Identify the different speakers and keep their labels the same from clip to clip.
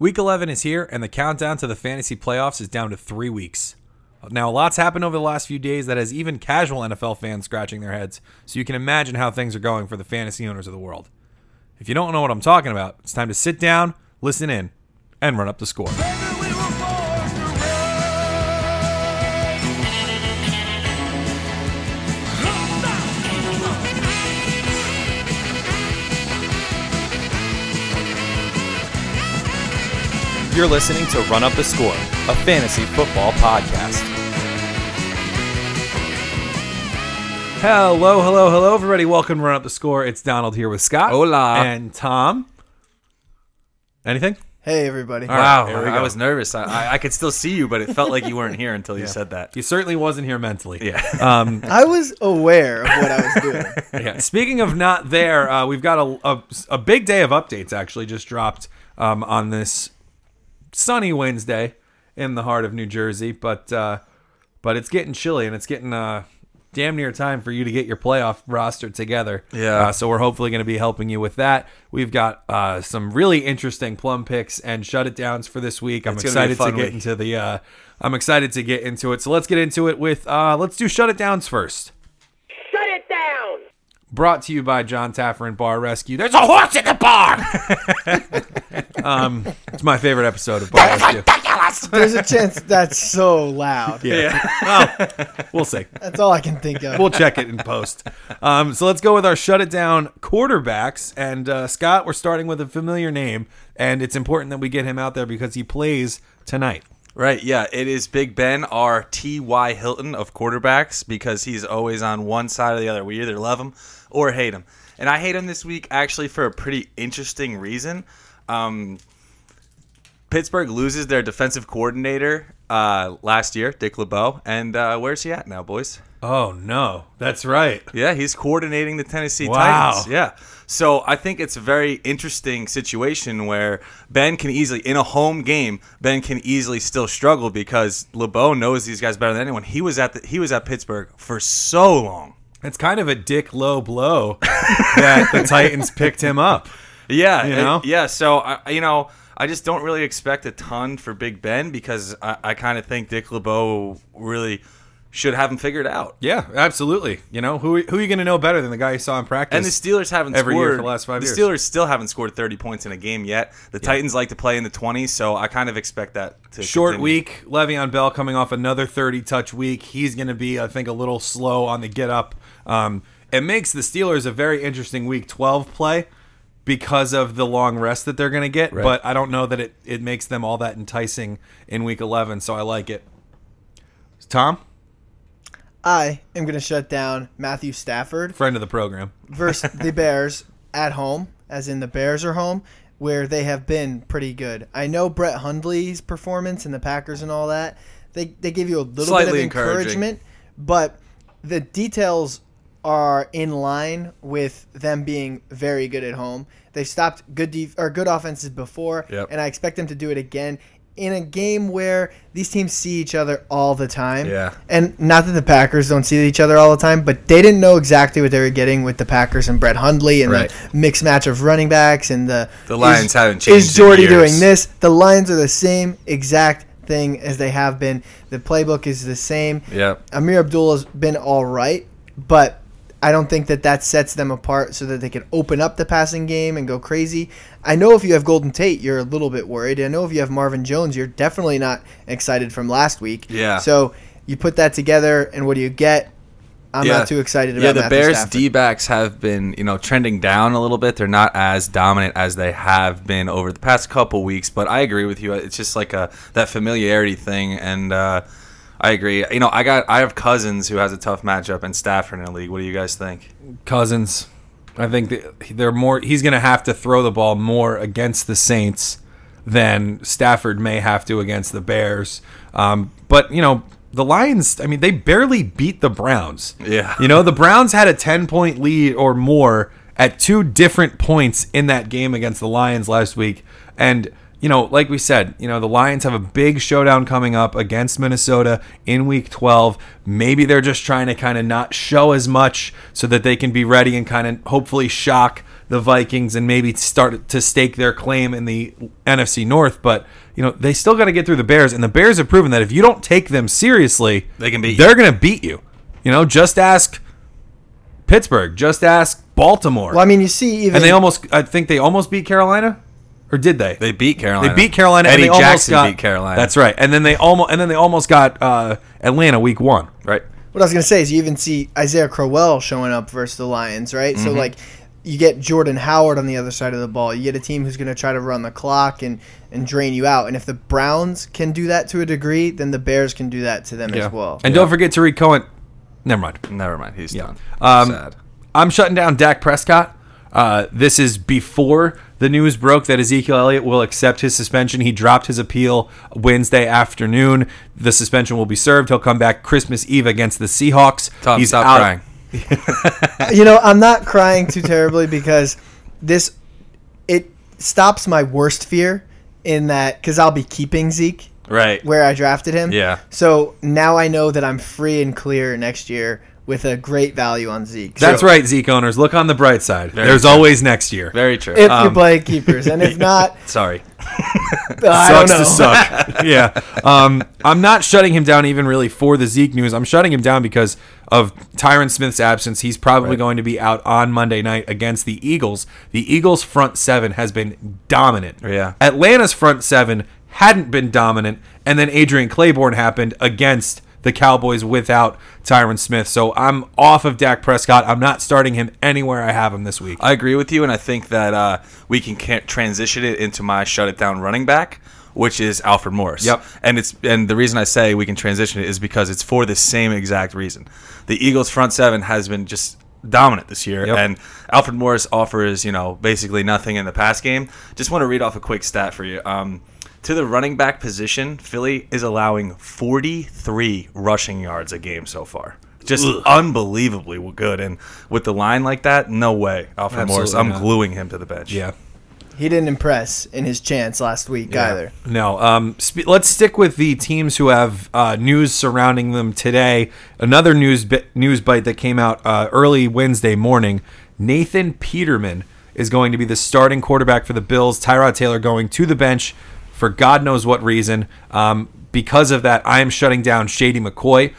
Speaker 1: Week 11 is here, and the countdown to the fantasy playoffs is down to three weeks. Now, a lot's happened over the last few days that has even casual NFL fans scratching their heads, so you can imagine how things are going for the fantasy owners of the world. If you don't know what I'm talking about, it's time to sit down, listen in, and run up the score.
Speaker 2: You're listening to Run Up the Score, a fantasy football podcast.
Speaker 1: Hello, hello, hello, everybody. Welcome to Run Up the Score. It's Donald here with Scott.
Speaker 2: Hola.
Speaker 1: And Tom. Anything?
Speaker 3: Hey everybody!
Speaker 1: All right, here we
Speaker 2: I
Speaker 1: go.
Speaker 2: was nervous. I, I, I could still see you, but it felt like you weren't here until you said that.
Speaker 1: He certainly wasn't here mentally.
Speaker 2: Yeah.
Speaker 1: Um,
Speaker 3: I was aware of what I was doing.
Speaker 1: yeah. Speaking of not there, uh, we've got a, a, a big day of updates actually just dropped um, on this sunny Wednesday in the heart of New Jersey, but uh, but it's getting chilly and it's getting uh, damn near time for you to get your playoff roster together.
Speaker 2: Yeah.
Speaker 1: Uh, so we're hopefully going to be helping you with that. We've got uh, some really interesting plum picks and shut it downs for this week. I'm
Speaker 2: It's gonna be a
Speaker 1: excited to
Speaker 2: fun
Speaker 1: get
Speaker 2: week.
Speaker 1: into the. Uh, I'm excited to get into it. So let's get into it with uh, let's do shut it downs first
Speaker 4: Shut it down!
Speaker 1: brought to you by John Taffer and Bar Rescue. There's a horse in the bar. um, it's my favorite episode of Bar Rescue.
Speaker 3: There's a chance that's so loud.
Speaker 1: Yeah. Oh, we'll see.
Speaker 3: That's all I can think of.
Speaker 1: We'll check it in post. Um, so let's go with our shut it down quarterbacks. And uh, Scott, we're starting with a familiar name, and it's important that we get him out there because he plays tonight.
Speaker 2: Right, yeah. It is Big Ben, our T.Y. Hilton of quarterbacks, because he's always on one side or the other. We either love him or hate him. And I hate him this week, actually, for a pretty interesting reason. Um, Pittsburgh loses their defensive coordinator uh, last year, Dick LeBeau. And uh, where's he at now, boys?
Speaker 1: Oh no, that's right.
Speaker 2: Yeah, he's coordinating the Tennessee
Speaker 1: Wow.
Speaker 2: Titans. Yeah. So I think it's a very interesting situation where Ben can easily, in a home game, Ben can easily still struggle because LeBeau knows these guys better than anyone. He was at the, he was at Pittsburgh for so long.
Speaker 1: It's kind of a dick low blow that the Titans picked him up.
Speaker 2: Yeah,
Speaker 1: You
Speaker 2: and-
Speaker 1: know?
Speaker 2: yeah. So I, I- you know, I just don't really expect a ton for Big Ben because I, I kind of think Dick LeBeau really should have him figured out.
Speaker 1: Yeah, absolutely. You know who who are you going to know better than the guy you saw in practice?
Speaker 2: And the Steelers haven't
Speaker 1: every year
Speaker 2: scored
Speaker 1: for the last five years.
Speaker 2: The Steelers still haven't scored 30 points in a game yet. The Titans like to play in the 20s, so I kind of expect that to
Speaker 1: Short
Speaker 2: continue.
Speaker 1: week. Le'Veon Bell coming off another 30 touch week. He's going to be, I think, a little slow on the get up. Um, it makes the Steelers a very interesting week 12 play because of the long rest that they're going to get. But I don't know that it, it makes them all that enticing in week 11. So I like it. Tom,
Speaker 3: I am going to shut down Matthew Stafford
Speaker 1: friend of the program.
Speaker 3: versus the Bears at home, as in the Bears are home, where they have been pretty good. I know Brett Hundley's performance and the Packers and all that. They they give you a little
Speaker 2: Slightly
Speaker 3: bit of
Speaker 2: encouraging.
Speaker 3: encouragement, but the details are in line with them being very good at home. They've stopped good def- or good offenses before,
Speaker 2: Yep.
Speaker 3: and I expect them to do it again in a game where these teams see each other all the time.
Speaker 2: Yeah.
Speaker 3: And not that the Packers don't see each other all the time, but they didn't know exactly what they were getting with the Packers and Brett Hundley and
Speaker 2: Right.
Speaker 3: the mixed match of running backs and the
Speaker 2: The Lions
Speaker 3: is-
Speaker 2: haven't changed
Speaker 3: Is
Speaker 2: in
Speaker 3: Jordy
Speaker 2: years.
Speaker 3: doing this? The Lions are the same exact thing as they have been. The playbook is the same.
Speaker 2: Yeah.
Speaker 3: Amir Abdullah's been all right, but I don't think that that sets them apart so that they can open up the passing game and go crazy. I know if you have Golden Tate, you're a little bit worried. I know if you have Marvin Jones, you're definitely not excited from last week.
Speaker 2: Yeah.
Speaker 3: So you put that together, and what do you get? I'm
Speaker 2: Yeah.
Speaker 3: not too excited about.
Speaker 2: Yeah, the
Speaker 3: Matthew
Speaker 2: Bears
Speaker 3: Stafford.
Speaker 2: D backs have been, you know, trending down a little bit. They're not as dominant as they have been over the past couple weeks, but I agree with you. It's just like a that familiarity thing and uh I agree. You know, I got I have cousins who has a tough matchup and Stafford in the league. What do you guys think?
Speaker 1: Cousins. I think that they're more. He's going to have to throw the ball more against the Saints than Stafford may have to against the Bears. Um, but you know, the Lions. I mean, they barely beat the Browns.
Speaker 2: Yeah.
Speaker 1: You know, the Browns had a ten point lead or more at two different points in that game against the Lions last week, and. You know, like we said, you know, the Lions have a big showdown coming up against Minnesota in week 12. Maybe they're just trying to kind of not show as much so that they can be ready and kind of hopefully shock the Vikings and maybe start to stake their claim in the NFC North. But you know they still got to get through the Bears, and the Bears have proven that if you don't take them seriously,
Speaker 2: They can beat you.
Speaker 1: They're going to beat you. You know, just ask Pittsburgh, just ask Baltimore,
Speaker 3: Well, I mean, you see, even
Speaker 1: and they almost. I think they almost beat Carolina, or did they?
Speaker 2: They beat Carolina.
Speaker 1: They beat Carolina.
Speaker 2: Eddie
Speaker 1: and they
Speaker 2: Jackson
Speaker 1: almost got,
Speaker 2: beat Carolina.
Speaker 1: That's right. And then they almost and then they almost got uh, Atlanta week one.
Speaker 2: right.
Speaker 3: what I was gonna say is you even see Isaiah Crowell showing up versus the Lions, right?
Speaker 2: Mm-hmm.
Speaker 3: So like you get Jordan Howard on the other side of the ball. You get a team who's gonna try to run the clock and, and drain you out. And if the Browns can do that to a degree, then the Bears can do that to them as well.
Speaker 1: And don't forget Tariq Cohen. Never mind.
Speaker 2: Never mind. He's done.
Speaker 1: Um,
Speaker 2: Sad.
Speaker 1: I'm shutting down Dak Prescott. Uh, this is before the news broke that Ezekiel Elliott will accept his suspension. He dropped his appeal Wednesday afternoon. The suspension will be served. He'll come back Christmas Eve against the Seahawks.
Speaker 2: Tom, stop
Speaker 1: out-
Speaker 2: crying.
Speaker 3: you know, I'm not crying too terribly because this it stops my worst fear in that because I'll be keeping Zeke
Speaker 2: Right.
Speaker 3: where I drafted him.
Speaker 2: Yeah.
Speaker 3: So now I know that I'm free and clear next year with a great value on Zeke.
Speaker 1: That's
Speaker 3: So
Speaker 1: right, Zeke owners. Look on the bright side. There's
Speaker 2: true.
Speaker 1: always next year.
Speaker 2: Very true.
Speaker 3: If you
Speaker 2: Um,
Speaker 3: play keepers, and if not,
Speaker 2: sorry.
Speaker 3: I don't
Speaker 1: sucks
Speaker 3: know.
Speaker 1: to suck. yeah. Um, I'm not shutting him down even really for the Zeke news. I'm shutting him down because of Tyron Smith's absence. He's probably going to be out on Monday night against the Eagles. The Eagles' front seven has been dominant.
Speaker 2: Yeah.
Speaker 1: Atlanta's front seven hadn't been dominant, and then Adrian Claiborne happened against the Cowboys without Tyron Smith. So I'm off of Dak Prescott. I'm not starting him anywhere I have him this week.
Speaker 2: I agree with you, and I think that uh, we can ca- transition it into my shut it down running back, which is Alfred Morris.
Speaker 1: Yep.
Speaker 2: And it's and the reason I say we can transition it is because it's for the same exact reason. The Eagles front seven has been just dominant this year,
Speaker 1: Yep.
Speaker 2: and Alfred Morris offers you know basically nothing in the pass game. Just want to read off a quick stat for you. Um, to the running back position, Philly is allowing 43 rushing yards a game so far. Just unbelievably good, and with the line like that, no way, Alfred Morris.
Speaker 1: Absolutely
Speaker 2: I'm
Speaker 1: not.
Speaker 2: gluing him to the bench.
Speaker 1: yeah.
Speaker 3: He didn't impress in his chance last week either.
Speaker 1: No. Um, sp- let's stick with the teams who have uh, news surrounding them today. Another news bi- news bite that came out uh, early Wednesday morning. Nathan Peterman is going to be the starting quarterback for the Bills. Tyrod Taylor going to the bench for God knows what reason. Um, because of that, I am shutting down Shady McCoy.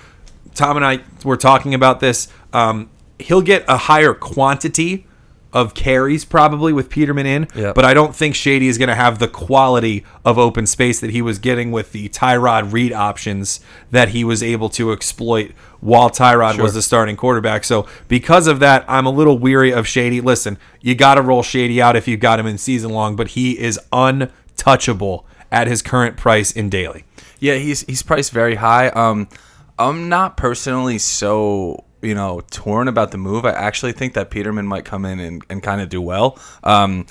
Speaker 1: Tom and I were talking about this. Um, he'll get a higher quantity of carries probably with Peterman in,
Speaker 2: Yeah.
Speaker 1: but I don't think Shady is going to have the quality of open space that he was getting with the Tyrod read options that he was able to exploit while Tyrod was the starting quarterback. So because of that, I'm a little weary of Shady. Listen, you got to roll Shady out if you got him in season long, but he is untouchable at his current price in daily.
Speaker 2: Yeah, he's he's priced very high. Um, I'm not personally so you know torn about the move. I actually think that Peterman might come in and, and kind of do well. Um,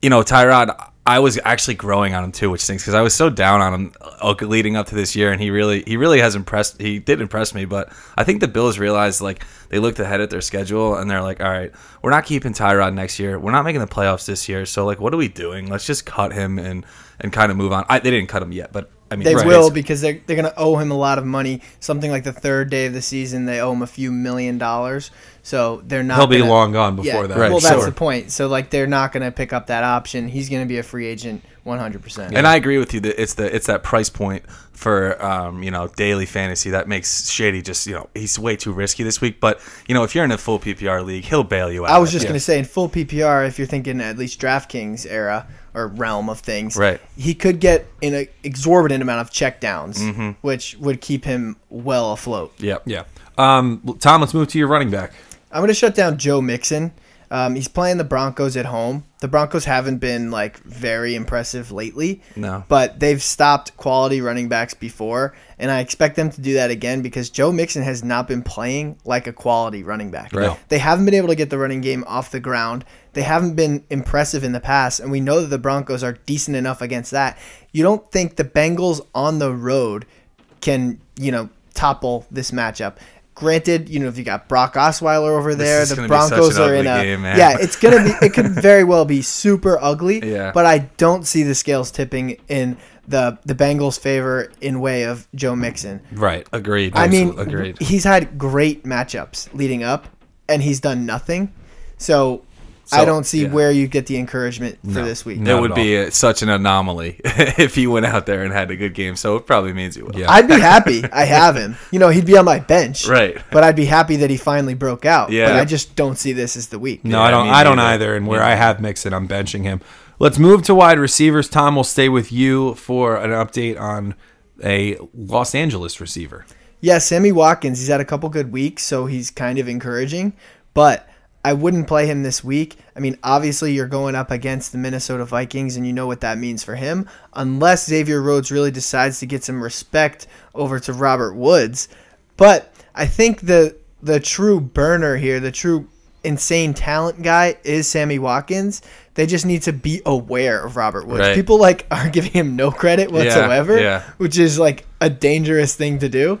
Speaker 2: you know, Tyrod, I was actually growing on him too, which stinks because I was so down on him uh, leading up to this year, and he really he really has impressed. He did impress me, but I think the Bills realized like they looked ahead at their schedule and they're like, all right, we're not keeping Tyrod next year. We're not making the playoffs this year, so like, what are we doing? Let's just cut him and and kind of move on. I, they didn't cut him yet, but. I mean,
Speaker 3: They
Speaker 2: it's-
Speaker 3: will because they're, they're going to owe him a lot of money. Something like the third day of the season, they owe him a few million dollars. So they're not.
Speaker 1: He'll be
Speaker 3: gonna-
Speaker 1: long gone before
Speaker 3: yeah.
Speaker 1: that.
Speaker 2: Right,
Speaker 3: well, that's
Speaker 2: sure.
Speaker 3: the point. So like they're not going to pick up that option. He's going to be a free agent 100. percent
Speaker 2: And I agree with you that it's the it's that price point for um, you know daily fantasy that makes Shady just you know he's way too risky this week. But you know if you're in a full PPR league, he'll bail you out.
Speaker 3: I was just
Speaker 2: Yeah.
Speaker 3: going to say, in full PPR, if you're thinking at least DraftKings era or realm of things,
Speaker 2: Right.
Speaker 3: he could get an exorbitant amount of checkdowns,
Speaker 2: Mm-hmm.
Speaker 3: which would keep him well afloat.
Speaker 2: Yep.
Speaker 1: Yeah. Um, Tom, let's move to your running back.
Speaker 3: I'm going to shut down Joe Mixon. Um, he's playing the Broncos at home. The Broncos haven't been like very impressive lately.
Speaker 2: No.
Speaker 3: But they've stopped quality running backs before, and I expect them to do that again because Joe Mixon has not been playing like a quality running back.
Speaker 2: Right.
Speaker 3: They haven't been able to get the running game off the ground. They haven't been impressive in the past, and we know that the Broncos are decent enough against that. You don't think the Bengals on the road can, you know, topple this matchup. Granted, you know, if you got Brock Osweiler over there,
Speaker 2: is
Speaker 3: the
Speaker 2: gonna be such
Speaker 3: Broncos
Speaker 2: an
Speaker 3: are in
Speaker 2: ugly
Speaker 3: a
Speaker 2: game, man.
Speaker 3: yeah, it's gonna be it could very well be super ugly.
Speaker 2: Yeah.
Speaker 3: But I don't see the scales tipping in the the Bengals' favor in way of Joe Mixon.
Speaker 1: Right.
Speaker 2: Agreed.
Speaker 3: I mean,
Speaker 2: agreed.
Speaker 3: he's had great matchups leading up, and he's done nothing. So I don't see
Speaker 2: yeah.
Speaker 3: where you get the encouragement for
Speaker 2: No.
Speaker 3: this week.
Speaker 2: It
Speaker 1: Not
Speaker 2: would
Speaker 1: at
Speaker 2: be uh such an anomaly if he went out there and had a good game. So it probably means he will.
Speaker 1: Yeah.
Speaker 3: I'd be happy. I have him. You know, he'd be on my bench.
Speaker 2: Right.
Speaker 3: But I'd be happy that he finally broke out.
Speaker 2: Yeah.
Speaker 3: But I just don't see this as the week.
Speaker 1: No,
Speaker 2: Yeah,
Speaker 1: I don't.
Speaker 2: me
Speaker 1: I don't
Speaker 2: neither.
Speaker 1: either. And where I have Mixon, I'm benching him. Let's move to wide receivers. Tom, we'll stay with you for an update on a Los Angeles receiver.
Speaker 3: Yeah, Sammy Watkins, he's had a couple good weeks, so he's kind of encouraging, but I wouldn't play him this week. I mean, obviously, you're going up against the Minnesota Vikings, and you know what that means for him. Unless Xavier Rhodes really decides to get some respect over to Robert Woods. But I think the the true burner here, the true insane talent guy is Sammy Watkins. They just need to be aware of Robert Woods.
Speaker 2: Right.
Speaker 3: People like are giving him no credit whatsoever,
Speaker 2: yeah.
Speaker 3: which is like a dangerous thing to do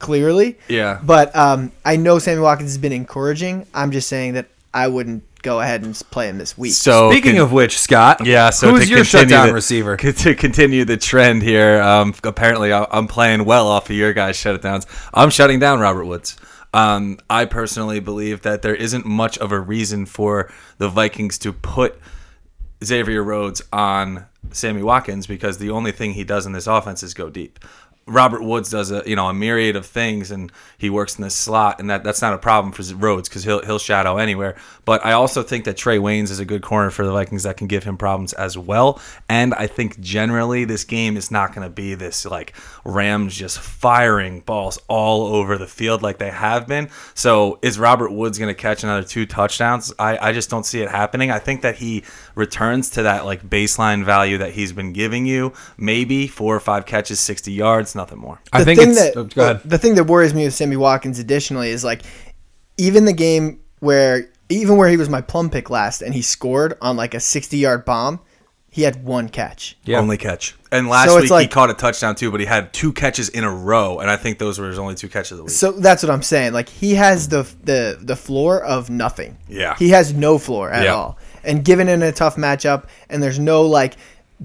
Speaker 3: clearly.
Speaker 2: Yeah.
Speaker 3: But um, I know Sammy Watkins has been encouraging. I'm just saying that I wouldn't go ahead and play him this week.
Speaker 2: So
Speaker 1: Speaking
Speaker 2: con-
Speaker 1: of which, Scott,
Speaker 2: Oh, yeah, so
Speaker 1: who's
Speaker 2: to
Speaker 1: your
Speaker 2: continue
Speaker 1: shutdown
Speaker 2: the-
Speaker 1: receiver?
Speaker 2: co- To continue the trend here, um, apparently I- I'm playing well off of your guys' shutdowns. I'm shutting down Robert Woods. Um, I personally believe that there isn't much of a reason for the Vikings to put Xavier Rhodes on Sammy Watkins because the only thing he does in this offense is go deep. Robert Woods does a you know a myriad of things and he works in the slot and that that's not a problem for Rhodes because he'll he'll shadow anywhere. But I also think that Trey Waynes is a good corner for the Vikings that can give him problems as well. And I think generally this game is not going to be this like Rams just firing balls all over the field like they have been. So is Robert Woods going to catch another two touchdowns? I, I just don't see it happening. I think that he returns to that like baseline value that he's been giving you, maybe four or five catches, 60 yards, nothing more.
Speaker 1: I think it's. oh, go ahead.
Speaker 3: The thing that worries me with Sammy Watkins additionally is like even the game where even where he was my plum pick last and he scored on like a 60 yard bomb, he had one catch.
Speaker 1: Yeah.
Speaker 2: Only catch. And last
Speaker 3: So it's
Speaker 2: week he
Speaker 3: like-
Speaker 2: caught a touchdown too, but he had two catches in a row, and I think those were his only two catches of the week.
Speaker 3: So that's what I'm saying. Like he has the the the floor of nothing.
Speaker 2: Yeah.
Speaker 3: He has no floor at
Speaker 2: Yeah.
Speaker 3: all. And given in a tough matchup and there's no like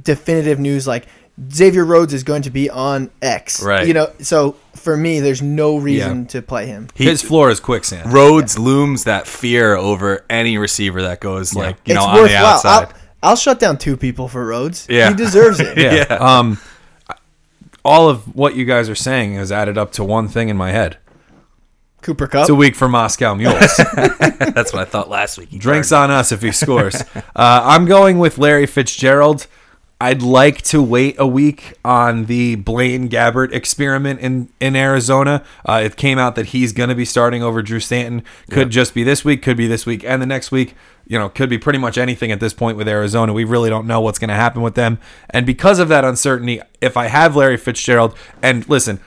Speaker 3: definitive news like Xavier Rhodes is going to be on X.
Speaker 2: Right.
Speaker 3: You know, so for me there's no reason
Speaker 1: Yeah.
Speaker 3: to play him.
Speaker 2: He-
Speaker 1: His floor is quicksand.
Speaker 2: Rhodes looms that fear over any receiver that goes like you know on the
Speaker 3: worthwhile.
Speaker 2: outside.
Speaker 3: I'll, I'll shut down two people for Rhodes.
Speaker 2: Yeah.
Speaker 3: He deserves it.
Speaker 1: yeah. Um, all of what you guys are saying is added up to one thing in my head.
Speaker 3: Cooper Cup.
Speaker 1: It's a week for Moscow Mules.
Speaker 2: That's what I thought last week. He
Speaker 1: Drinks
Speaker 2: burned.
Speaker 1: on us if he scores. uh, I'm going with Larry Fitzgerald. I'd like to wait a week on the Blaine Gabbert experiment in in Arizona. Uh, it came out that he's going to be starting over Drew Stanton. Could just be this week. Could be this week and the next week. You know, could be pretty much anything at this point with Arizona. We really don't know what's going to happen with them. And because of that uncertainty, if I have Larry Fitzgerald, and listen,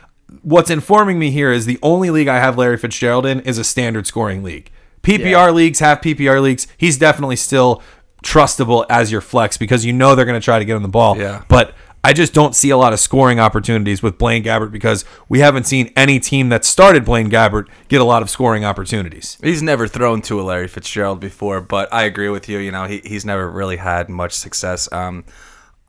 Speaker 1: what's informing me here is the only league I have Larry Fitzgerald in is a standard scoring league. PPR leagues have PPR leagues. He's definitely still trustable as your flex because you know they're going to try to get him the ball.
Speaker 2: Yeah.
Speaker 1: But I just don't see a lot of scoring opportunities with Blaine Gabbert because we haven't seen any team that started Blaine Gabbert get a lot of scoring opportunities.
Speaker 2: He's never thrown to a Larry Fitzgerald before, but I agree with you. You know, he, he's never really had much success. Um,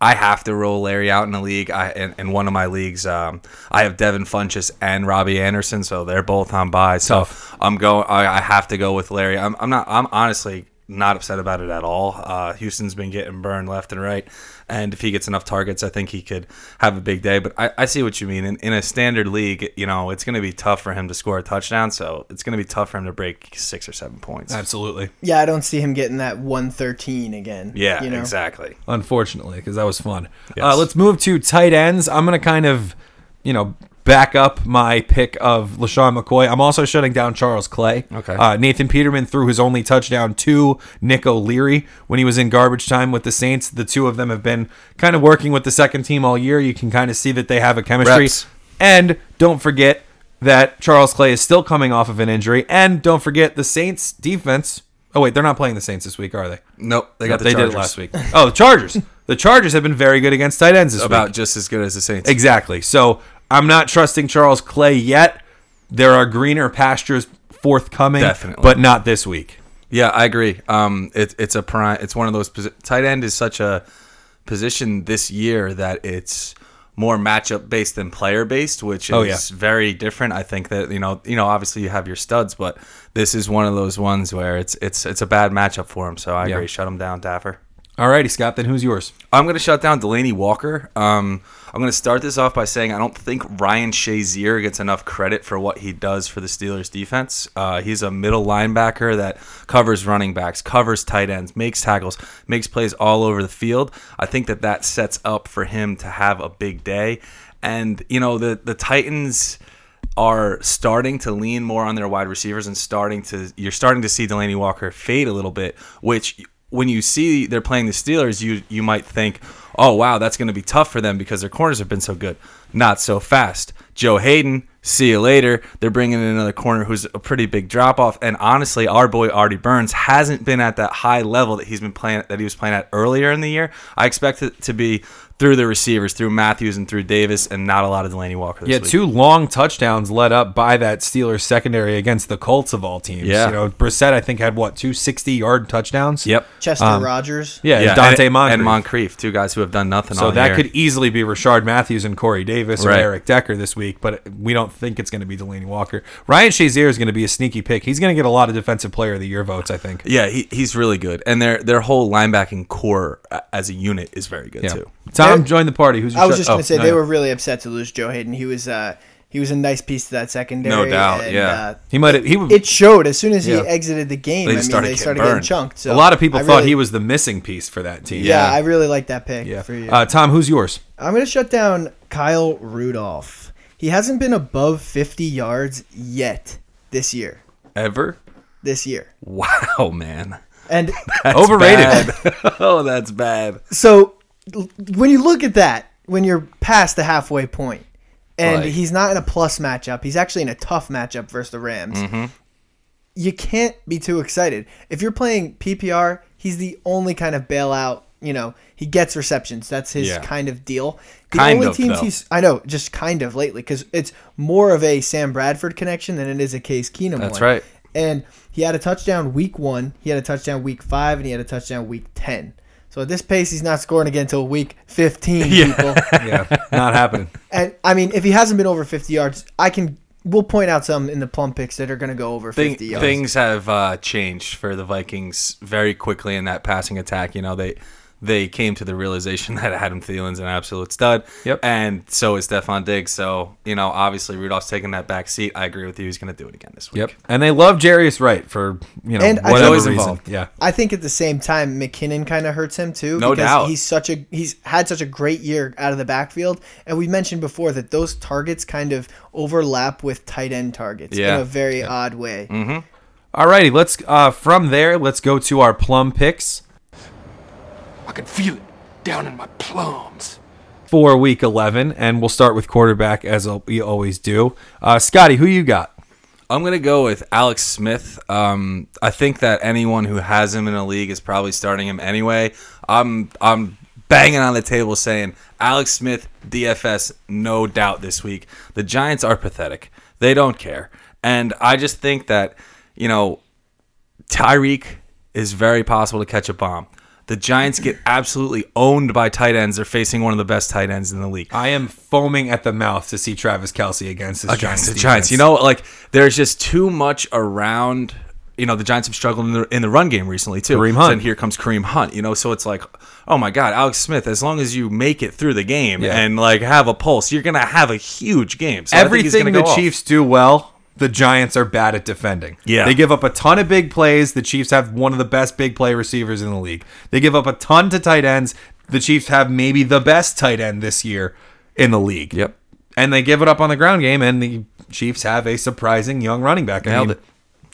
Speaker 2: I have to roll Larry out in a league. I in, in one of my leagues, um, I have Devin Funches and Robbie Anderson, so they're both on bye. So I'm going. I, I have to go with Larry. I'm, I'm not. I'm honestly not upset about it at all. Uh, Houston's been getting burned left and right, and if he gets enough targets, I think he could have a big day. But I, I see what you mean. In, in a standard league, you know, it's going to be tough for him to score a touchdown, so it's going to be tough for him to break six or seven points.
Speaker 1: Absolutely.
Speaker 3: yeah, I don't see him getting that 113 again.
Speaker 2: Yeah,
Speaker 3: you know?
Speaker 2: exactly.
Speaker 1: unfortunately, because that was fun.
Speaker 2: Yes.
Speaker 1: Uh, let's move to tight ends. I'm going to kind of, you know, back up my pick of LaShawn McCoy. I'm also shutting down Charles Clay.
Speaker 2: Okay.
Speaker 1: Uh, Nathan Peterman threw his only touchdown to Nick O'Leary when he was in garbage time with the Saints. The two of them have been kind of working with the second team all year. You can kind of see that they have a chemistry.
Speaker 2: Reps.
Speaker 1: And don't forget that Charles Clay is still coming off of an injury. And don't forget the Saints defense. Oh, wait, they're not playing the Saints this week, are they?
Speaker 2: Nope, they got the
Speaker 1: they did
Speaker 2: Chargers.
Speaker 1: it last week. Oh, the Chargers. the Chargers have been very good against tight ends this
Speaker 2: About
Speaker 1: week.
Speaker 2: just as good as the Saints.
Speaker 1: Exactly. So I'm not trusting Charles Clay yet. There are greener pastures forthcoming,
Speaker 2: Definitely.
Speaker 1: but not this week.
Speaker 2: Yeah, I agree. Um, it, it's a prime. It's one of those posi- tight end is such a position this year that it's more matchup based than player based, which
Speaker 1: Oh,
Speaker 2: is very different. I think that you know, you know, obviously you have your studs, but this is one of those ones where it's it's it's a bad matchup for him. So I
Speaker 1: Yeah.
Speaker 2: agree, shut him down, Daffer.
Speaker 1: Alrighty, Scott. Then who's yours?
Speaker 2: I'm going to shut down Delaney Walker. Um, I'm going to start this off by saying I don't think Ryan Shazier gets enough credit for what he does for the Steelers defense. Uh, he's a middle linebacker that covers running backs, covers tight ends, makes tackles, makes plays all over the field. I think that that sets up for him to have a big day. And, you know, the, the Titans are starting to lean more on their wide receivers and starting to you're starting to see Delaney Walker fade a little bit, which when you see they're playing the Steelers, you you might think, "Oh wow, that's going to be tough for them because their corners have been so good." Not so fast. Joe Hayden, see you later. They're bringing in another corner who's a pretty big drop off, and honestly, our boy Artie Burns hasn't been at that high level that he's been playing that he was playing at earlier in the year. I expect it to be through the receivers, through Matthews and through Davis, and not a lot of Delaney Walker. This
Speaker 1: Yeah,
Speaker 2: week.
Speaker 1: two long touchdowns led up by that Steelers secondary against the Colts of all teams.
Speaker 2: Yeah.
Speaker 1: You know, Brissett, I think, had what, two 60 yard touchdowns?
Speaker 2: Yep.
Speaker 3: Chester Rogers.
Speaker 1: Yeah,
Speaker 2: Um, Yeah,
Speaker 1: and Dante
Speaker 2: and,
Speaker 1: Moncrief.
Speaker 2: and Moncrief, two guys who have done nothing.
Speaker 1: So
Speaker 2: all
Speaker 1: that
Speaker 2: year.
Speaker 1: could easily be Rashard Matthews and Corey Davis
Speaker 2: Right.
Speaker 1: or Eric Decker this week, but we don't think it's going to be Delaney Walker. Ryan Shazier is going to be a sneaky pick. He's going to get a lot of Defensive Player of the Year votes, I think.
Speaker 2: yeah, he, he's really good, and their their whole linebacking core uh, as a unit is very good too.
Speaker 1: Tom,
Speaker 3: They're-
Speaker 1: join the party. Who's your
Speaker 3: I was
Speaker 1: shut-
Speaker 3: just
Speaker 1: oh,
Speaker 3: gonna say
Speaker 1: no,
Speaker 3: they
Speaker 1: no.
Speaker 3: were really upset to lose Joe Hayden. He was uh, he was a nice piece to that secondary.
Speaker 2: No doubt,
Speaker 3: and,
Speaker 2: yeah.
Speaker 3: Uh,
Speaker 1: He might. have He would.
Speaker 3: it showed as soon as he
Speaker 1: Yeah.
Speaker 3: exited the game.
Speaker 2: They
Speaker 3: I mean,
Speaker 2: just started
Speaker 3: they
Speaker 2: getting
Speaker 3: started getting
Speaker 2: burned.
Speaker 3: chunked. So
Speaker 1: a lot of people
Speaker 3: I
Speaker 1: thought
Speaker 3: really-
Speaker 1: he was the missing piece for that team.
Speaker 3: Yeah,
Speaker 2: Yeah.
Speaker 3: I really like that pick
Speaker 1: Yeah.
Speaker 3: for you.
Speaker 1: Uh, Tom, who's yours?
Speaker 3: I'm going to shut down Kyle Rudolph. He hasn't been above 50 yards yet this year.
Speaker 2: Ever?
Speaker 3: This year.
Speaker 2: Wow, man.
Speaker 3: And
Speaker 2: That's
Speaker 1: Overrated.
Speaker 2: bad. oh, that's bad.
Speaker 3: so l- when you look at that, when you're past the halfway point, and
Speaker 2: Right.
Speaker 3: he's not in a plus matchup, he's actually in a tough matchup versus the Rams.
Speaker 2: Mm-hmm.
Speaker 3: You can't be too excited. If you're playing PPR, he's the only kind of bailout. You know, he gets receptions. That's his
Speaker 2: Yeah.
Speaker 3: kind of deal. The
Speaker 2: Kind
Speaker 3: only
Speaker 2: of,
Speaker 3: teams
Speaker 2: though.
Speaker 3: he's I know, just kind of lately because it's more of a Sam Bradford connection than it is a Case Keenum.
Speaker 2: That's
Speaker 3: one.
Speaker 2: right.
Speaker 3: And he had a touchdown week one, he had a touchdown week five, and he had a touchdown week ten. So at this pace, he's not scoring again until week fifteen, people.
Speaker 1: Yeah, not happening.
Speaker 3: and I mean, if he hasn't been over fifty yards, I can. We'll point out some in the plum picks that are going to go over
Speaker 2: Thing,
Speaker 3: fifty yards.
Speaker 2: things have uh, changed for the Vikings very quickly in that passing attack. You know they they came to the realization that Adam Thielen's an absolute stud.
Speaker 1: Yep.
Speaker 2: And so is Stephon Diggs. So you know obviously Rudolph's taking that back seat. I agree with you. He's going to do it again this week.
Speaker 1: Yep. And they love Jarius Wright for you know
Speaker 3: And I-
Speaker 1: whatever
Speaker 2: Always
Speaker 1: reason.
Speaker 2: involved.
Speaker 1: Yeah.
Speaker 3: I think at the same time, McKinnon kind of hurts him too.
Speaker 2: No doubt.
Speaker 3: He's such a he's had such a great year out of the backfield, and we mentioned before that those targets kind of overlap with tight end targets
Speaker 2: Yeah. Mm-hmm.
Speaker 3: in a very odd way.
Speaker 1: Alrighty, let's uh, from there. Let's go to our plum picks
Speaker 5: I could feel it down in my plums.
Speaker 1: for Week 11, and we'll start with quarterback as al- we always do. Uh, Scotty, who you got?
Speaker 2: I'm gonna go with Alex Smith. Um, I think that anyone who has him in a league is probably starting him anyway. I'm I'm banging on the table saying Alex Smith DFS no doubt this week. The Giants are pathetic. They don't care, and I just think that you know Tyreek is very possible to catch a bomb. The Giants get absolutely owned by tight ends. They're facing one of the best tight ends in the league.
Speaker 1: I am foaming at the mouth to see Travis Kelsey against this
Speaker 2: against
Speaker 1: Giants.
Speaker 2: the Giants.
Speaker 1: defense.
Speaker 2: You know, like there's just too much around. You know, the Giants have struggled in the, in the run game recently too.
Speaker 1: Kareem Hunt.
Speaker 2: And here comes Kareem Hunt. You know, so it's like, oh my God, Alex Smith. As long as you make it through the game
Speaker 1: Yeah.
Speaker 2: and like have a pulse, you're gonna have a huge game. So I think he's
Speaker 1: everything
Speaker 2: gonna
Speaker 1: the
Speaker 2: go off.
Speaker 1: Chiefs do well, the Giants are bad at defending.
Speaker 2: Yeah.
Speaker 1: They give up a ton of big plays. The Chiefs have one of the best big play receivers in the league. They give up a ton to tight ends. The Chiefs have maybe the best tight end this year in the league.
Speaker 2: Yep.
Speaker 1: And they give it up on the ground game, and the Chiefs have a surprising young running back. I
Speaker 2: Nailed
Speaker 1: mean,
Speaker 2: it.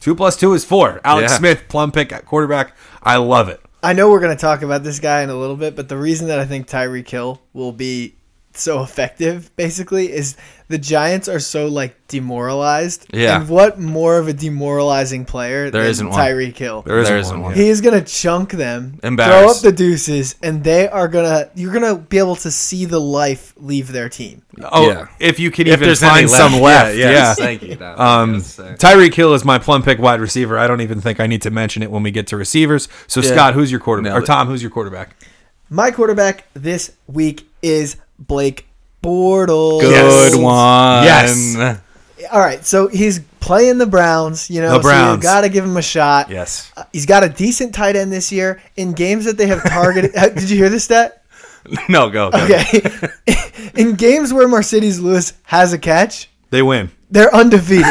Speaker 1: Two plus two is four. Alex
Speaker 2: Yeah.
Speaker 1: Smith, plum pick at quarterback. I love it.
Speaker 3: I know we're going to talk about this guy in a little bit, but the reason that I think Tyreek Hill will be so effective basically is the Giants are so like demoralized.
Speaker 2: Yeah.
Speaker 3: And what more of a demoralizing player
Speaker 2: There
Speaker 3: than
Speaker 2: isn't one.
Speaker 3: Tyreek Hill?
Speaker 1: There isn't
Speaker 2: There isn't
Speaker 1: one,
Speaker 2: one.
Speaker 1: yeah.
Speaker 3: He is gonna chunk them, throw
Speaker 2: Embarrass.
Speaker 3: up the deuces, and they are gonna. You're gonna be able to see the life leave their team.
Speaker 1: Oh,
Speaker 2: Yeah.
Speaker 1: if you can
Speaker 2: If
Speaker 1: even
Speaker 2: there's
Speaker 1: find
Speaker 2: any
Speaker 1: some left.
Speaker 2: yeah. yes,
Speaker 1: yeah.
Speaker 2: Thank you. That-
Speaker 1: Um,
Speaker 2: yes, uh,
Speaker 1: Tyreek Hill is my plum pick wide receiver. I don't even think I need to mention it when we get to receivers. So Scott, who's your quarterback?
Speaker 2: Nailed
Speaker 1: Or
Speaker 2: it.
Speaker 1: Tom, who's your quarterback?
Speaker 3: My quarterback this week is Blake Bortles.
Speaker 2: Good
Speaker 1: Yes.
Speaker 2: one.
Speaker 1: Yes.
Speaker 3: All right, so he's playing the Browns. You know,
Speaker 1: The
Speaker 3: So you
Speaker 1: Browns.
Speaker 3: got to give him a shot.
Speaker 2: Yes.
Speaker 3: Uh, He's got a decent tight end this year in games that they have targeted. uh, Did you hear this stat?
Speaker 2: No, go. go.
Speaker 3: Okay, in games where Mercedes Lewis has a catch,
Speaker 1: They win.
Speaker 3: they're undefeated.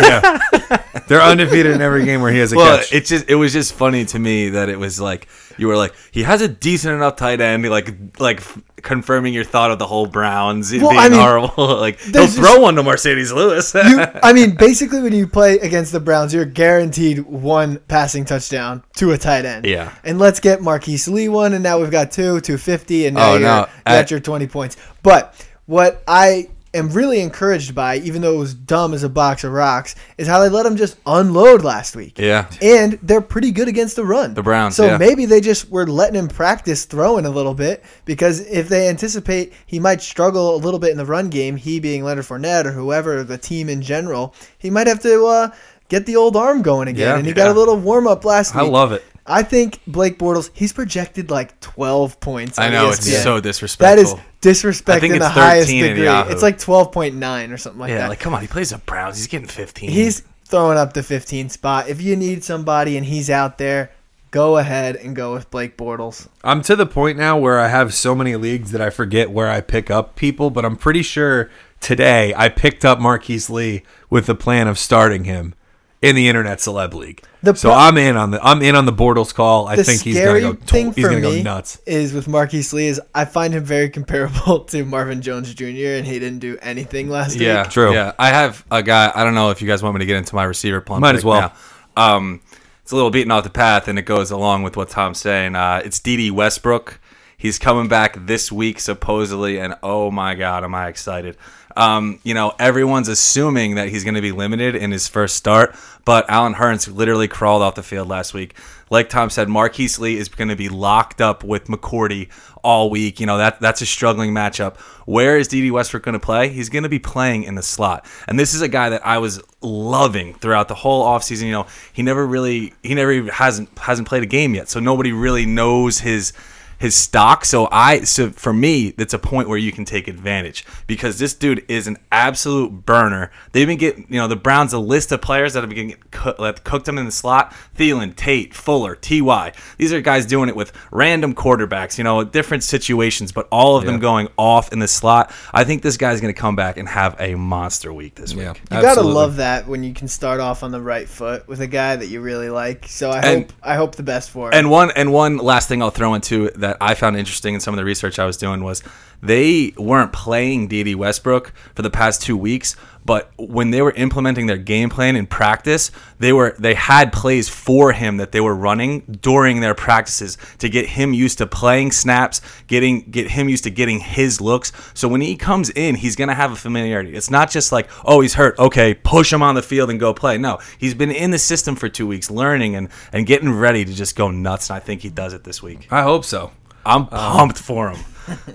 Speaker 1: They're undefeated in every game where he has a
Speaker 2: Well,
Speaker 1: catch.
Speaker 2: it just it was just funny to me that it was like you were like he has a decent enough tight end, like like f- confirming your thought of the whole Browns
Speaker 3: Well,
Speaker 2: being
Speaker 3: I mean,
Speaker 2: horrible. like he'll
Speaker 3: there's
Speaker 2: throw one to Mercedes Lewis.
Speaker 3: You, uh, I mean, basically, when you play against the Browns, you're guaranteed one passing touchdown to a tight end.
Speaker 2: Yeah.
Speaker 3: And let's get Marquise Lee one, and now we've got two, 250, and now
Speaker 2: Oh,
Speaker 3: you're
Speaker 2: no.
Speaker 3: at
Speaker 2: I-
Speaker 3: your 20 points. But what I am really encouraged by, even though it was dumb as a box of rocks, is how they let them just unload last week.
Speaker 2: yeah.
Speaker 3: And they're pretty good against the run. The
Speaker 2: Browns,
Speaker 3: So
Speaker 2: yeah.
Speaker 3: maybe they just were letting him practice throwing a little bit because if they anticipate he might struggle a little bit in the run game, he being Leonard Fournette or whoever, or the team in general, he might have to uh, get the old arm going again.
Speaker 1: Yeah,
Speaker 3: and he got a
Speaker 2: yeah.
Speaker 3: little warm up last
Speaker 1: I
Speaker 3: week.
Speaker 1: love it.
Speaker 3: I think Blake Bortles, he's projected like 12 points.
Speaker 2: I
Speaker 3: on E
Speaker 2: know it's
Speaker 3: ESPN.
Speaker 2: so
Speaker 3: That
Speaker 2: disrespectful.
Speaker 3: is disrespect
Speaker 2: I think
Speaker 3: in the
Speaker 2: it's
Speaker 3: highest
Speaker 2: 13 in
Speaker 3: degree.
Speaker 2: Yahoo.
Speaker 3: It's like 12.9 or something like
Speaker 2: yeah,
Speaker 3: that
Speaker 2: like come on, he plays the Browns. He's getting fifteen.
Speaker 3: he's throwing up the 15 spot. If you need somebody and he's out there, go ahead and go with Blake Bortles.
Speaker 1: I'm to the point now where I have so many leagues that I forget where I pick up people, but I'm pretty sure today I picked up Marquise Lee with the plan of starting him in the Internet Celeb League.
Speaker 3: The
Speaker 1: so
Speaker 3: pro-
Speaker 1: I'm in on the I'm in on the Bortles call. I
Speaker 3: The
Speaker 1: think he's
Speaker 3: scary
Speaker 1: gonna go
Speaker 3: thing
Speaker 1: to- he's
Speaker 3: for
Speaker 1: gonna
Speaker 3: me
Speaker 1: go nuts.
Speaker 3: is with Marquise Lee is I find him very comparable to Marvin Jones Jr. and he didn't do anything last
Speaker 2: yeah,
Speaker 3: week.
Speaker 1: True.
Speaker 2: Yeah, I have a guy. I don't know if you guys want me to get into my receiver plum.
Speaker 1: Might
Speaker 2: pick
Speaker 1: as well.
Speaker 2: Now. Um, it's a little beaten off the path, and it goes along with what Tom's saying. Uh, it's D.D. Westbrook. He's coming back this week supposedly, and oh my god, am I excited! Um, you know, everyone's assuming that he's going to be limited in his first start, but Alan Hearns literally crawled off the field last week. Like Tom said, Marquise Lee is going to be locked up with McCourty all week. You know that that's a struggling matchup. Where is D.D. Westbrook going to play? He's going to be playing in the slot, and this is a guy that I was loving throughout the whole offseason. You know, he never really he never even hasn't hasn't played a game yet, so nobody really knows his his stock. So I so for me, that's a point where you can take advantage because this dude is an absolute burner. They've been getting you know the Browns a list of players that have been getting cook, that cooked them in the slot. Thielen, Tate, Fuller, Ty. These are guys doing it with random quarterbacks. You know different situations, but all of them going off in the slot. I think this guy's going to come back and have a monster week this week.
Speaker 3: You gotta love that when you can start off on the right foot with a guy that you really like. So I
Speaker 2: And-
Speaker 3: hope I hope the best for him.
Speaker 2: And one and one last thing I'll throw into that I found interesting in some of the research I was doing was they weren't playing D.D. Westbrook for the past two weeks, but when they were implementing their game plan in practice, they were they had plays for him that they were running during their practices to get him used to playing snaps, getting get him used to getting his looks. So when he comes in, he's gonna have a familiarity. It's not just like oh he's hurt, okay, push him on the field and go play. No, he's been in the system for two weeks, learning and and getting ready to just go nuts. And I think he does it this week.
Speaker 1: I hope so.
Speaker 2: I'm pumped for him.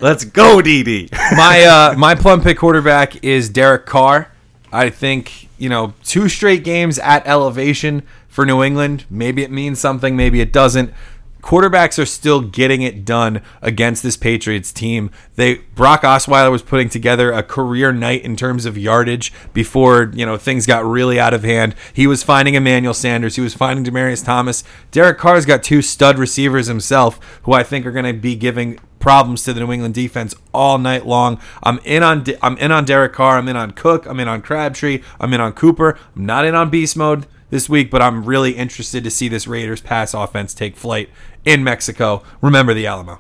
Speaker 2: Let's go, DD.
Speaker 1: my uh, my plum pick quarterback is Derek Carr. I think you know two straight games at elevation for New England. Maybe it means something. Maybe it doesn't. Quarterbacks are still getting it done against this Patriots team. They Brock Osweiler was putting together a career night in terms of yardage before you know things got really out of hand. He was finding Emmanuel Sanders. He was finding Demarius Thomas. Derek Carr's got two stud receivers himself, who I think are going to be giving problems to the New England defense all night long. I'm in on De- I'm in on Derek Carr. I'm in on Cook. I'm in on Crabtree. I'm in on Cooper. I'm not in on Beast Mode this week, but I'm really interested to see this Raiders pass offense take flight in Mexico. Remember the Alamo.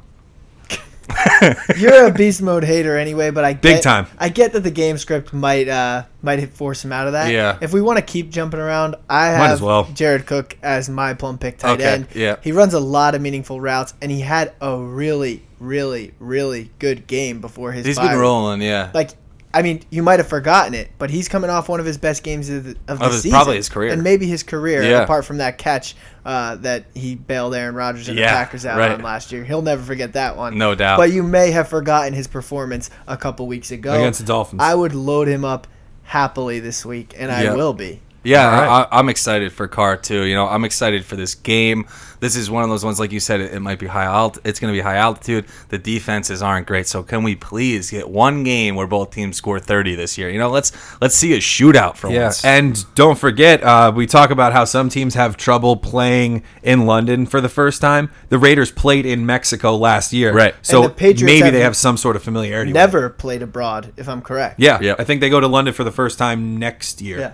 Speaker 3: You're a beast mode hater anyway, but I get,
Speaker 1: time.
Speaker 3: I get that the game script might uh might force him out of that.
Speaker 2: Yeah.
Speaker 3: If we want to keep jumping around, I have
Speaker 1: as well.
Speaker 3: Jared Cook as my plum pick tight
Speaker 2: Okay,
Speaker 3: end.
Speaker 2: yeah.
Speaker 3: He runs a lot of meaningful routes, and he had a really, really, really good game before his.
Speaker 2: He's
Speaker 3: bye
Speaker 2: been
Speaker 3: week.
Speaker 2: rolling, yeah.
Speaker 3: Like, I mean, you might have forgotten it, but he's coming off one of his best games of the, of the
Speaker 2: Of his-
Speaker 3: season,
Speaker 2: probably his career.
Speaker 3: and maybe his career.
Speaker 2: Yeah.
Speaker 3: Apart from that catch uh, that he bailed Aaron Rodgers and the
Speaker 2: Yeah,
Speaker 3: Packers out
Speaker 2: right.
Speaker 3: on last year, he'll never forget that one.
Speaker 2: No doubt.
Speaker 3: But you may have forgotten his performance a couple weeks ago
Speaker 1: Against the Dolphins.
Speaker 3: I would load him up happily this week, and I
Speaker 2: Yeah.
Speaker 3: will be.
Speaker 2: Yeah,
Speaker 1: All right.
Speaker 2: I, I'm excited for Carr too. You know, I'm excited for this game. This is one of those ones, like you said, it, it might be high alt. It's going to be high altitude. The defenses aren't great, so can we please get one game where both teams score 30 this year? You know, let's let's see a shootout for
Speaker 1: Yeah,
Speaker 2: once.
Speaker 1: and don't forget, uh, we talk about how some teams have trouble playing in London for the first time. The Raiders played in Mexico last year,
Speaker 2: Right.
Speaker 1: So
Speaker 3: And the Patriots
Speaker 1: maybe
Speaker 3: have
Speaker 1: they have some sort of familiarity. with it.
Speaker 3: Never played abroad, if I'm correct.
Speaker 1: Yeah,
Speaker 2: Yep.
Speaker 1: I think they go to London for the first time next year.
Speaker 3: Yeah.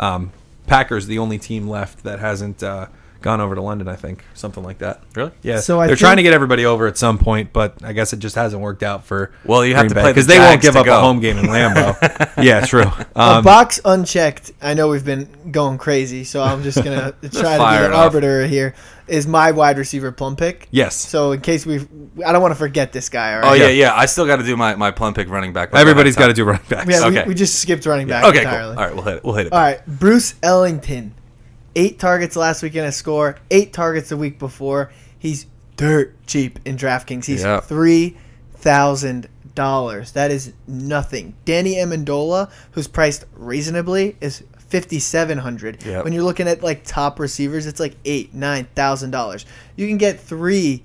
Speaker 1: Um, Packers, the only team left that hasn't uh, gone over to London, I think, something like that.
Speaker 2: Really?
Speaker 1: Yeah.
Speaker 3: So
Speaker 1: So
Speaker 3: I
Speaker 1: they're trying to
Speaker 3: think-
Speaker 1: get everybody over at some point, but I guess it just hasn't worked out for.
Speaker 2: Well, you have to play the
Speaker 1: because they won't
Speaker 2: Jags
Speaker 1: give
Speaker 2: to
Speaker 1: up
Speaker 2: go.
Speaker 1: a home game in Lambeau. yeah, true.
Speaker 3: a
Speaker 1: Um,
Speaker 3: box unchecked. I know we've been going crazy, so I'm just gonna try to
Speaker 2: Fire
Speaker 3: be
Speaker 2: it
Speaker 3: the
Speaker 2: off.
Speaker 3: arbiter here. Is my wide receiver plum pick?
Speaker 1: Yes.
Speaker 3: So in case we, I don't want to forget this guy. All
Speaker 2: oh
Speaker 3: right.
Speaker 2: yeah, yeah. I still got to do my my plum pick running back.
Speaker 1: everybody's got to do running backs.
Speaker 3: Yeah,
Speaker 2: Okay.
Speaker 3: we, we just skipped running back
Speaker 2: Okay, cool.
Speaker 3: entirely.
Speaker 2: All right, we'll hit it. We'll hit it.
Speaker 3: All right, Bruce Ellington, eight targets last weekend, a score, eight targets the week before. He's dirt cheap in DraftKings. He's
Speaker 2: Yeah.
Speaker 3: three thousand dollars. That is nothing. Danny Amendola, who's priced reasonably, is fifty seven hundred.
Speaker 2: Yep.
Speaker 3: When you're looking at like top receivers, it's like eight, nine thousand dollars. You can get three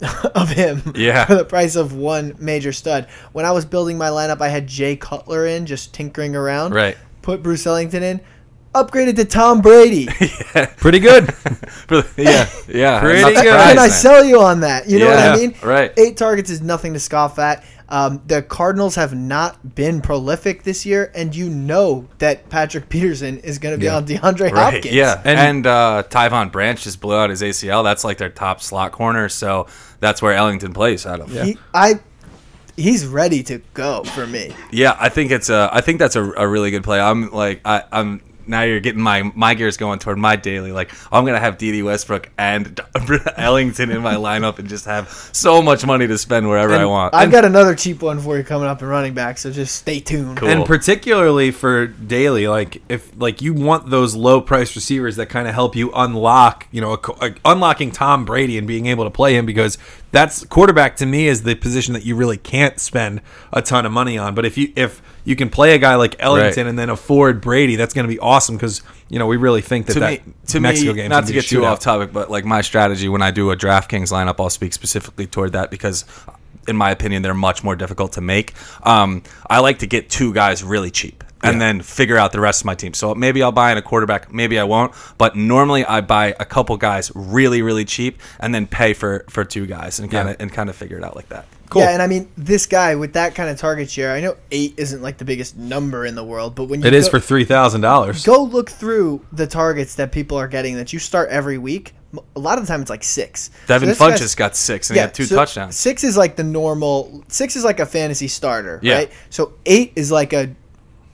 Speaker 3: of him
Speaker 2: Yeah.
Speaker 3: for the price of one major stud. When I was building my lineup, I had Jay Cutler in, just tinkering around.
Speaker 2: Right.
Speaker 3: Put Bruce Ellington in, upgraded to Tom Brady.
Speaker 1: Pretty good.
Speaker 2: For the- yeah, yeah. I'm
Speaker 1: Pretty
Speaker 2: not
Speaker 1: good.
Speaker 2: surprised
Speaker 3: Can I
Speaker 2: then.
Speaker 3: sell you on that? You know what I
Speaker 2: Yeah,
Speaker 3: mean?
Speaker 2: right.
Speaker 3: Eight targets is nothing to scoff at. Um, the Cardinals have not been prolific this year, and you know that Patrick Peterson is going to be
Speaker 1: Yeah.
Speaker 3: on DeAndre
Speaker 2: Right.
Speaker 3: Hopkins.
Speaker 2: Yeah.
Speaker 1: And-
Speaker 2: And, uh, Tyvon Branch just blew out his ACL. That's like their top slot corner. So that's where Ellington plays out of. Yeah.
Speaker 3: He, I, he's ready to go for me.
Speaker 2: I think it's a. I think that's a, a really good play. I'm like I, I'm. Now you're getting my my gears going toward my daily. Like I'm gonna have D.D. Westbrook and Ellington in my lineup and just have so much money to spend wherever I want.
Speaker 3: I've got another cheap one for you coming up in running back, so just stay tuned.
Speaker 2: Cool.
Speaker 1: And particularly for daily, like if like you want those low price receivers that kind of help you unlock, you know, a, co- like unlocking Tom Brady and being able to play him because that's quarterback to me is the position that you really can't spend a ton of money on. But if you if you can play a guy like Ellington
Speaker 2: Right.
Speaker 1: and then afford Brady, that's going to be awesome because you know we really think that
Speaker 2: to
Speaker 1: that
Speaker 2: me, to
Speaker 1: Mexico
Speaker 2: me,
Speaker 1: game
Speaker 2: not to get too off topic, but like my strategy when I do a DraftKings lineup, I'll speak specifically toward that because, in my opinion, they're much more difficult to make. Um, I like to get two guys really cheap and then figure out the rest of my team. So maybe I'll buy in a quarterback, maybe I won't. But normally I buy a couple guys really, really cheap and then pay for for two guys and kind of
Speaker 1: Yeah.
Speaker 2: and kind of figure it out like that.
Speaker 1: Cool.
Speaker 3: Yeah, and I mean this guy with that kind of target share. I know eight isn't like the biggest number in the world, but when you
Speaker 1: It is
Speaker 3: go-
Speaker 1: for three thousand dollars.
Speaker 3: go look through the targets that people are getting that you start every week. M- A lot of the time, it's like six.
Speaker 2: Devin
Speaker 3: this
Speaker 2: Funch
Speaker 3: guy's-
Speaker 2: has got six and he had two
Speaker 3: so
Speaker 2: touchdowns.
Speaker 3: Six is like the normal. Six is like a fantasy starter,
Speaker 2: Yeah.
Speaker 3: right? So eight is like a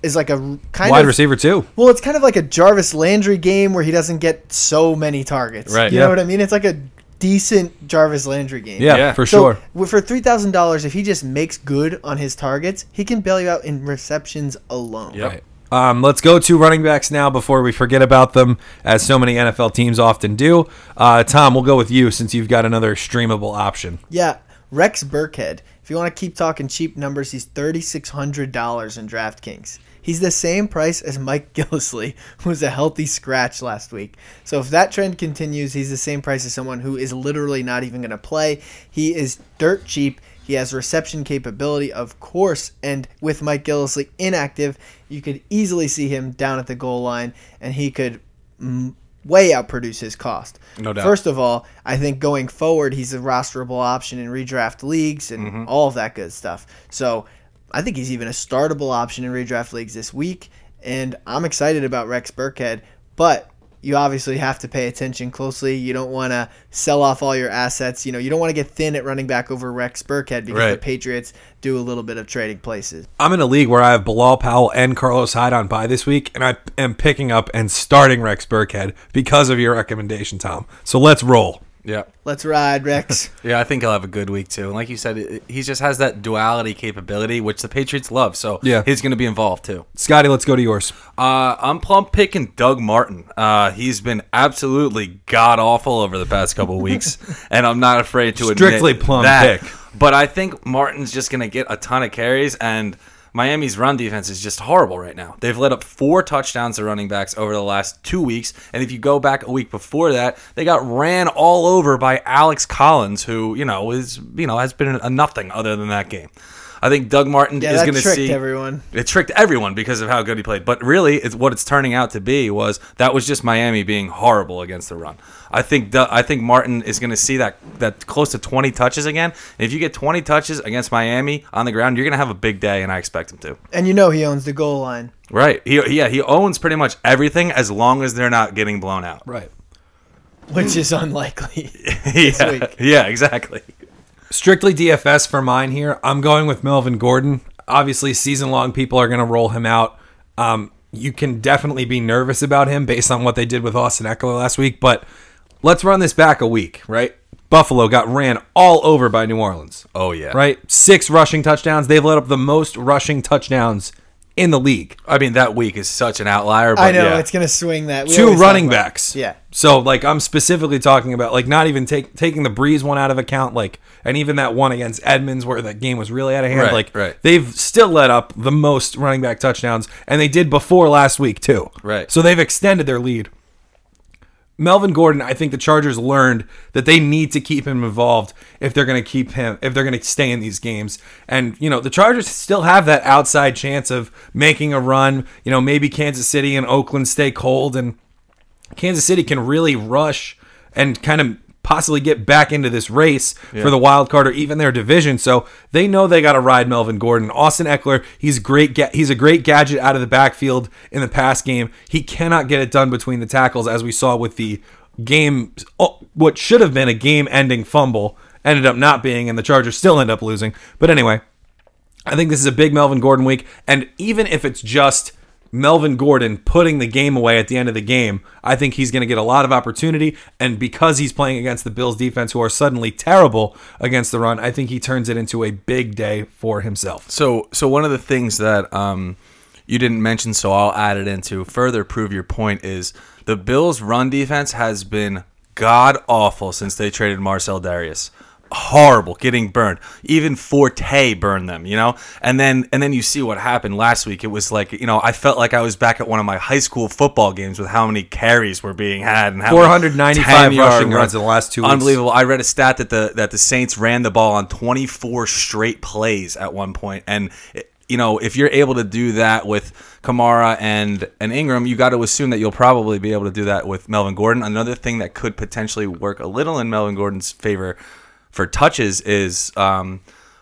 Speaker 3: is like a r- kind
Speaker 1: Wide
Speaker 3: of
Speaker 1: receiver too.
Speaker 3: Well, it's kind of like a Jarvis Landry game where he doesn't get so many targets.
Speaker 2: Right.
Speaker 3: You
Speaker 1: Yeah.
Speaker 3: know what I mean? It's like a decent Jarvis Landry game.
Speaker 1: Yeah,
Speaker 2: Yeah.
Speaker 1: for
Speaker 3: So,
Speaker 1: sure.
Speaker 3: w- for three thousand dollars, if he just makes good on his targets, he can bail you out in receptions alone.
Speaker 2: Yep.
Speaker 1: Um, let's go to running backs now before we forget about them, as so many NFL teams often do. Uh, Tom, we'll go with you since you've got another streamable option.
Speaker 3: Yeah, Rex Burkhead. If you want to keep talking cheap numbers, he's thirty six hundred dollars in DraftKings. He's the same price as Mike Gillisley, who was a healthy scratch last week. So if that trend continues, he's the same price as someone who is literally not even going to play. He is dirt cheap. He has reception capability, of course, and with Mike Gillisley inactive, you could easily see him down at the goal line, and he could mm, way outproduce his cost.
Speaker 2: No doubt.
Speaker 3: First of all, I think going forward, he's a rosterable option in redraft leagues and
Speaker 2: Mm-hmm.
Speaker 3: all of that good stuff. So I think he's even a startable option in redraft leagues this week. And I'm excited about Rex Burkhead, but you obviously have to pay attention closely. You don't want to sell off all your assets. You know, you don't want to get thin at running back over Rex Burkhead because the
Speaker 2: Right.
Speaker 3: Patriots do a little bit of trading places.
Speaker 1: I'm in a league where I have Bilal Powell and Carlos Hyde on by this week, and I am picking up and starting Rex Burkhead because of your recommendation, Tom. So let's roll.
Speaker 2: Yeah.
Speaker 3: Let's ride, Rex.
Speaker 2: Yeah, I think he'll have a good week too. And like you said, it- he just has that duality capability, which the Patriots love. So
Speaker 1: Yeah.
Speaker 2: he's going to be involved too.
Speaker 1: Scotty, let's go to yours.
Speaker 2: Uh, I'm plump picking Doug Martin. Uh, he's been absolutely god awful over the past couple weeks, and I'm not afraid to
Speaker 1: Strictly
Speaker 2: admit
Speaker 1: plum
Speaker 2: that.
Speaker 1: pick.
Speaker 2: But I think Martin's just going to get a ton of carries and. Miami's run defense is just horrible right now. They've let up four touchdowns to running backs over the last two weeks. And if you go back a week before that, they got ran all over by Alex Collins, who, you know, is you know, has been a nothing other than that game. I think Doug Martin
Speaker 3: Yeah,
Speaker 2: is
Speaker 3: that
Speaker 2: going to
Speaker 3: tricked
Speaker 2: see
Speaker 3: everyone.
Speaker 2: it tricked everyone because of how good he played. But really, it's what it's turning out to be was that was just Miami being horrible against the run. I think the, I think Martin is going to see that that close to 20 touches again. And if you get 20 touches against Miami on the ground, you're going to have a big day, and I expect him to.
Speaker 3: And you know he owns the goal line.
Speaker 2: Right? He, yeah, he owns pretty much everything as long as they're not getting blown out.
Speaker 1: Right.
Speaker 3: which is unlikely.
Speaker 2: yeah,
Speaker 3: week.
Speaker 2: yeah, exactly.
Speaker 1: Strictly DFS for mine here. I'm going with Melvin Gordon. Obviously, season long people are going to roll him out. Um, you can definitely be nervous about him based on what they did with Austin Eckler last week, but let's run this back a week, right? Buffalo got ran all over by New Orleans.
Speaker 2: Oh, yeah.
Speaker 1: Right? Six rushing touchdowns. They've let up the most rushing touchdowns in the league.
Speaker 2: I mean, that week is such an outlier. But
Speaker 3: I know
Speaker 2: yeah.
Speaker 3: it's gonna swing that. We
Speaker 1: two
Speaker 3: always
Speaker 1: running
Speaker 3: talk about-
Speaker 1: backs.
Speaker 3: Yeah.
Speaker 1: So like I'm specifically talking about like not even take, taking the Breeze one out of account, like and even that one against Edmonds where that game was really out of hand.
Speaker 2: Right,
Speaker 1: like
Speaker 2: right.
Speaker 1: they've still let up the most running back touchdowns, and they did before last week too.
Speaker 2: Right.
Speaker 1: So they've extended their lead. Melvin Gordon, I think the Chargers learned that they need to keep him involved if they're going to keep him, if they're going to stay in these games. And, you know, the Chargers still have that outside chance of making a run. You know, maybe Kansas City and Oakland stay cold and Kansas City can really rush and kind of possibly get back into this race for the wild card or even their division. So they know they got to ride Melvin Gordon. Austin Eckler, he's great. Ga- he's a great gadget out of the backfield in the pass game. He cannot get it done between the tackles, as we saw with the game. oh, What should have been a game-ending fumble ended up not being, and the Chargers still end up losing. But anyway, I think this is a big Melvin Gordon week. And even if it's just Melvin Gordon putting the game away at the end of the game, I think he's going to get a lot of opportunity. And because he's playing against the Bills defense, who are suddenly terrible against the run, I think he turns it into a big day for himself.
Speaker 2: So, so one of the things that um, you didn't mention, so I'll add it in to further prove your point is the Bills' run defense has been god awful since they traded Marcel Darius. Horrible, getting burned. Even Forte burned them, you know. And then, and then you see what happened last week. It was like, you know, I felt like I was back at one of my high school football games with how many carries were being had and how many
Speaker 1: 495
Speaker 2: 10-yard
Speaker 1: rushing
Speaker 2: runs.
Speaker 1: yards in the last two weeks.
Speaker 2: Unbelievable unbelievable. I read a stat that the that the Saints ran the ball on 24 straight plays at one point, and it, you know if you're able to do that with Kamara and and Ingram, you got to assume that you'll probably be able to do that with Melvin Gordon. Another thing that could potentially work a little in Melvin Gordon's favor for touches is. Um,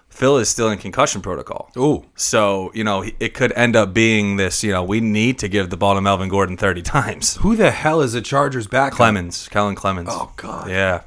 Speaker 2: Phil is still in concussion protocol.
Speaker 1: Ooh.
Speaker 2: So, you know, it could end up being this, you know, we need to give the ball to Melvin Gordon 30 times.
Speaker 1: Who the hell is the Chargers back?
Speaker 2: Clemens, Kellen Clemens.
Speaker 1: Oh, God.
Speaker 2: Yeah.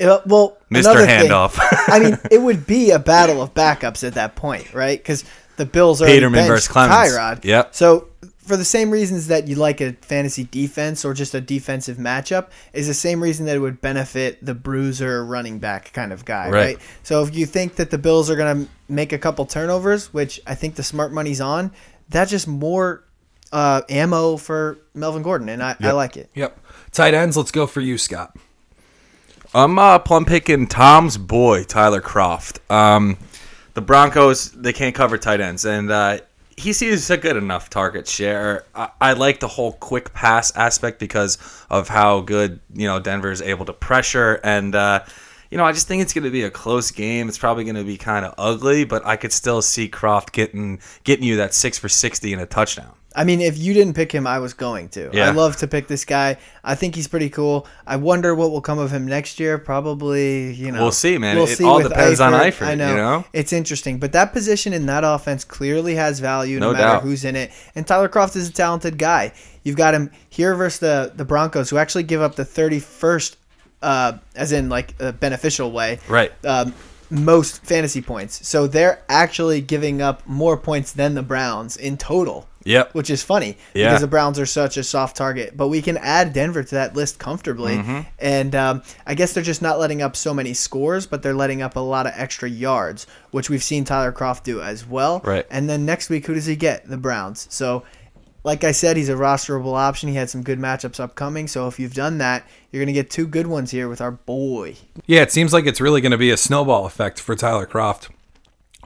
Speaker 3: Uh, well,
Speaker 2: Mr.
Speaker 3: another thing-
Speaker 2: Handoff.
Speaker 3: I mean, it would be a battle of backups at that point, right? Because the Bills are
Speaker 2: Peterman versus Clemens.
Speaker 3: Tyrod.
Speaker 2: Yep.
Speaker 3: So for the same reasons that you like a fantasy defense or just a defensive matchup is the same reason that it would benefit the bruiser running back kind of guy,
Speaker 2: Right.
Speaker 3: right? So if you think that the Bills are going to make a couple turnovers, which I think the smart money's on, that's just more uh, ammo for Melvin Gordon, and I, I like it.
Speaker 1: Yep. Tight ends, let's go for you, Scott.
Speaker 2: I'm uh, plum picking Tom's boy, Tyler Croft. Um, the Broncos, they can't cover tight ends, and uh, he sees a good enough target share. I, I like the whole quick pass aspect because of how good you know Denver is able to pressure, and uh, you know I just think it's going to be a close game. It's probably going to be kind of ugly, but I could still see Croft getting getting you that six for sixty and a touchdown.
Speaker 3: I mean, if you didn't pick him, I was going to.
Speaker 2: Yeah.
Speaker 3: I love to pick this guy. I think he's pretty cool. I wonder what will come of him next year. Probably, you know,
Speaker 2: We'll see, man. It all
Speaker 3: with
Speaker 2: depends on Eifert, you know?
Speaker 3: it's interesting, but that position in that offense clearly has value, no,
Speaker 2: No
Speaker 3: matter
Speaker 2: doubt.
Speaker 3: who's in it. And Tyler Croft is a talented guy. You've got him here versus the the Broncos, who actually give up the thirty first, uh, as in like a beneficial way,
Speaker 2: Right.
Speaker 3: um, most fantasy points. So they're actually giving up more points than the Browns in total.
Speaker 2: Yep.
Speaker 3: Which is funny
Speaker 2: Yeah.
Speaker 3: because the Browns are such a soft target, but we can add Denver to that list comfortably.
Speaker 2: Mm-hmm.
Speaker 3: And um, I guess they're just not letting up so many scores, but they're letting up a lot of extra yards, which we've seen Tyler Croft do as well.
Speaker 2: Right.
Speaker 3: And then next week, who does he get? The Browns. So, like I said, he's a rosterable option. He had some good matchups upcoming. So if you've done that, you're going to get two good ones here with our boy.
Speaker 1: Yeah, it seems like it's really going to be a snowball effect for Tyler Croft.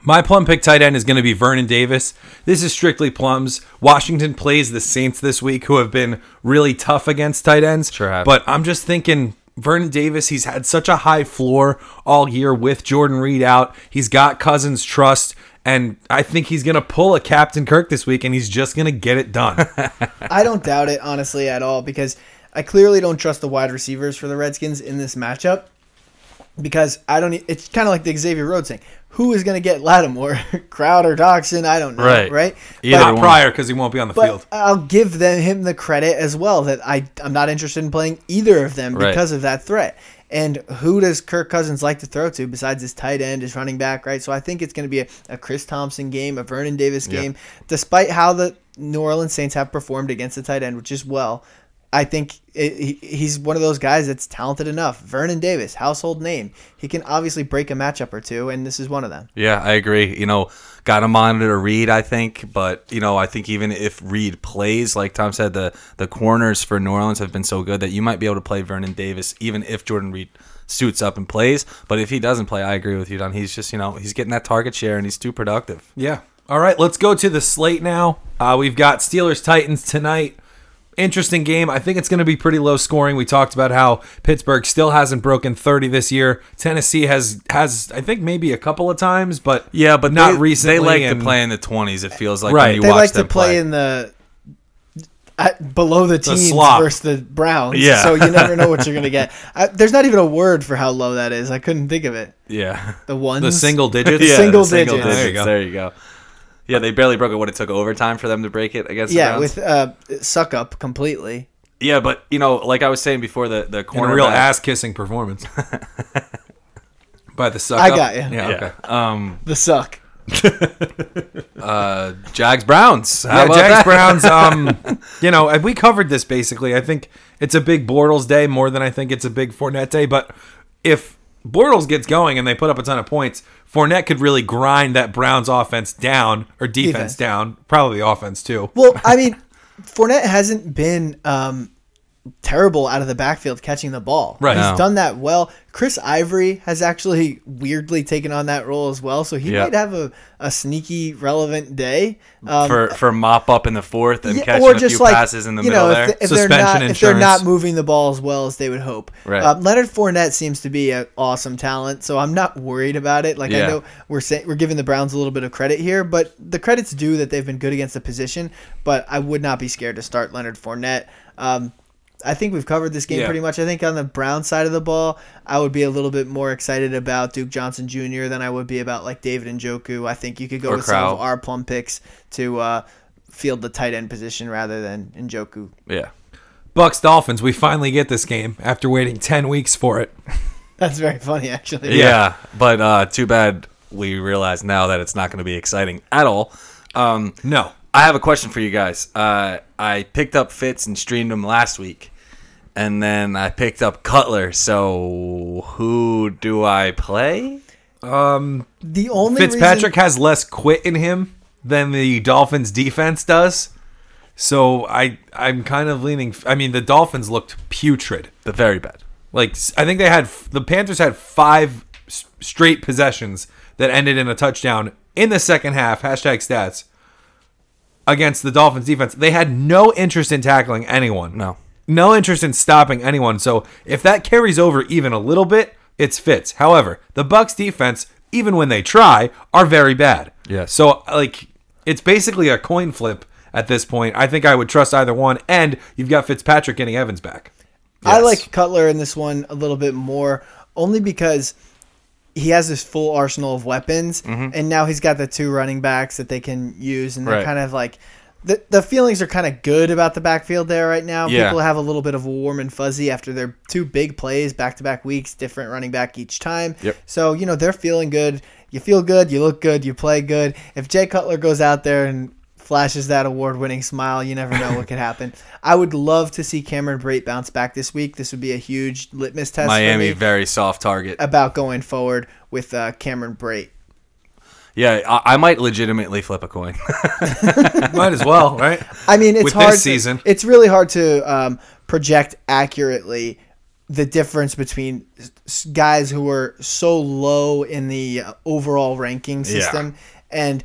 Speaker 1: My plum pick tight end is going to be Vernon Davis. This is strictly plums. Washington plays the Saints this week, who have been really tough against tight ends.
Speaker 2: Sure have.
Speaker 1: But I'm just thinking Vernon Davis, he's had such a high floor all year with Jordan Reed out. He's got Cousins' trust. And I think he's going to pull a Captain Kirk this week, and he's just going to get it done.
Speaker 3: I don't doubt it, honestly, at all, because I clearly don't trust the wide receivers for the Redskins in this matchup. Because I don't, e- it's kind of like the Xavier Rhodes thing. Who is going to get Lattimore, Crowder, Doxson? I don't know,
Speaker 2: Right.
Speaker 3: right?
Speaker 2: Either
Speaker 3: But-
Speaker 1: Not Pryor, because he won't be on the
Speaker 3: but
Speaker 1: field.
Speaker 3: I'll give them him the credit as well that I I'm not interested in playing either of them
Speaker 2: Right.
Speaker 3: because of that threat. And who does Kirk Cousins like to throw to besides his tight end, his running back, right? So I think it's going to be a, a Chris Thompson game, a Vernon Davis game. Despite how the New Orleans Saints have performed against the tight end, which is well, I think it, he, he's one of those guys that's talented enough. Vernon Davis, household name. He can obviously break a matchup or two, and this is one of them.
Speaker 2: Yeah, I agree. You know, got to monitor Reed, I think. But, you know, I think even if Reed plays, like Tom said, the, the corners for New Orleans have been so good that you might be able to play Vernon Davis, even if Jordan Reed suits up and plays. But if he doesn't play, I agree with you, Don. He's just, you know, he's getting that target share and he's too productive.
Speaker 1: Yeah. All right, let's go to the slate now. Uh, we've got Steelers Titans tonight. Interesting game. I think it's going to be pretty low scoring. We talked about how Pittsburgh still hasn't broken 30 this year. Tennessee has has I think maybe a couple of times, but
Speaker 2: Yeah, but
Speaker 1: not
Speaker 2: they,
Speaker 1: recently.
Speaker 2: They like
Speaker 1: and-
Speaker 2: to play in the 20s, it feels like.
Speaker 1: Right.
Speaker 2: When you
Speaker 3: they
Speaker 2: watch
Speaker 3: like to
Speaker 2: them
Speaker 3: play, in the at, below the teens
Speaker 1: slop.
Speaker 3: versus the Browns.
Speaker 2: Yeah.
Speaker 3: So you never know what you're gonna get. I, there's not even a word for how low that is. I couldn't think of it.
Speaker 2: Yeah.
Speaker 3: The ones.
Speaker 1: the single digits.
Speaker 3: The
Speaker 2: Yeah,
Speaker 3: single
Speaker 2: the single
Speaker 3: digits.
Speaker 1: There you go.
Speaker 2: There you go. Yeah, they barely broke it. What it took overtime for them to break it against.
Speaker 3: Yeah,
Speaker 2: the Browns.
Speaker 3: with uh, suck up completely.
Speaker 2: yeah, but you know, like I was saying before, the the
Speaker 1: And
Speaker 2: corner
Speaker 1: a real ass kissing performance. By the suck
Speaker 3: I
Speaker 1: up?
Speaker 3: got you.
Speaker 1: Yeah, okay.
Speaker 2: Uh,
Speaker 3: The suck.
Speaker 2: Jags Browns. How
Speaker 1: Yeah,
Speaker 2: about
Speaker 1: Jags
Speaker 2: that?
Speaker 1: Browns. Um, you know, and we covered this basically. I think it's a big Bortles day more than I think it's a big Fournette day. But if Bortles gets going and they put up a ton of points, Fournette could really grind that Browns offense down or defense
Speaker 3: Defense.
Speaker 1: down. Probably offense too.
Speaker 3: Well, I mean, Fournette hasn't been um, terrible out of the backfield catching the ball.
Speaker 1: Right.
Speaker 3: He's
Speaker 2: No.
Speaker 3: done that well. Chris Ivory has actually weirdly taken on that role as well, so he
Speaker 2: Yeah.
Speaker 3: might have a, a sneaky relevant day. Um,
Speaker 2: for for mop up in the fourth and
Speaker 3: Yeah,
Speaker 2: catching a few passes in the
Speaker 3: you
Speaker 2: middle
Speaker 3: know,
Speaker 2: there.
Speaker 3: If, they, are
Speaker 1: Suspension
Speaker 3: not, if they're
Speaker 1: insurance.
Speaker 3: not moving the ball as well as they would hope.
Speaker 2: Right.
Speaker 3: Um, Leonard Fournette seems to be an awesome talent, so I'm not worried about it. Like
Speaker 2: Yeah.
Speaker 3: I know we're saying we're giving the Browns a little bit of credit here, but the credit's due that they've been good against the position. But I would not be scared to start Leonard Fournette. Um, I think we've covered this game
Speaker 1: Yeah.
Speaker 3: pretty much. I think on the Brown side of the ball, I would be a little bit more excited about Duke Johnson Jr. than I would be about like David and Joku. I think you could go
Speaker 2: Or
Speaker 3: with some
Speaker 2: Crowell.
Speaker 3: of our plum picks to uh, field the tight end position rather than Njoku.
Speaker 2: yeah.
Speaker 1: Bucks Dolphins. We finally get this game after waiting ten weeks for it.
Speaker 3: That's very funny, actually.
Speaker 2: yeah, But uh, too bad we realize now that it's not going to be exciting at all. Um,
Speaker 1: No.
Speaker 2: I have a question for you guys. Uh, I picked up Fitz and streamed him last week, and then I picked up Cutler. So who do I play?
Speaker 3: The only
Speaker 1: Fitzpatrick
Speaker 3: reason-
Speaker 1: has less quit in him than the Dolphins defense does. So I I'm kind of leaning. I mean, the Dolphins looked putrid.
Speaker 2: The very bad.
Speaker 1: Like s- I think they had the Panthers had five s- straight possessions that ended in a touchdown in the second half. Hashtag stats against the Dolphins defense. They had no interest in tackling anyone.
Speaker 2: No.
Speaker 1: No interest in stopping anyone. So if that carries over even a little bit, it's fits. However, the Bucks defense, even when they try, are very bad.
Speaker 2: Yes.
Speaker 1: So like it's basically a coin flip at this point. I think I would trust either one and you've got Fitzpatrick getting Evans back.
Speaker 3: I
Speaker 2: Yes.
Speaker 3: like Cutler in this one a little bit more, only because he has this full arsenal of weapons, and now he's got the two running backs that they can use, and they're
Speaker 2: Mm-hmm. Right.
Speaker 3: kind of like. The, the feelings are kind of good about the backfield there right now.
Speaker 2: Yeah.
Speaker 3: People have a little bit of warm and fuzzy after their two big plays back to back weeks, different running back each time.
Speaker 2: Yep.
Speaker 3: So, you know, they're feeling good. You feel good, you look good, you play good. If Jay Cutler goes out there and flashes that award winning smile, you never know what could happen. I would love to see Cameron Brate bounce back this week. This would be a huge litmus test
Speaker 2: Miami,
Speaker 3: for me
Speaker 2: very soft target.
Speaker 3: about going forward with uh, Cameron Brate.
Speaker 2: Yeah, I, I might legitimately flip a coin.
Speaker 1: Might as well, right?
Speaker 3: I mean, it's
Speaker 1: With this
Speaker 3: hard.
Speaker 1: season.
Speaker 3: To, it's really hard to um, project accurately the difference between s- s- guys who are so low in the uh, overall ranking system and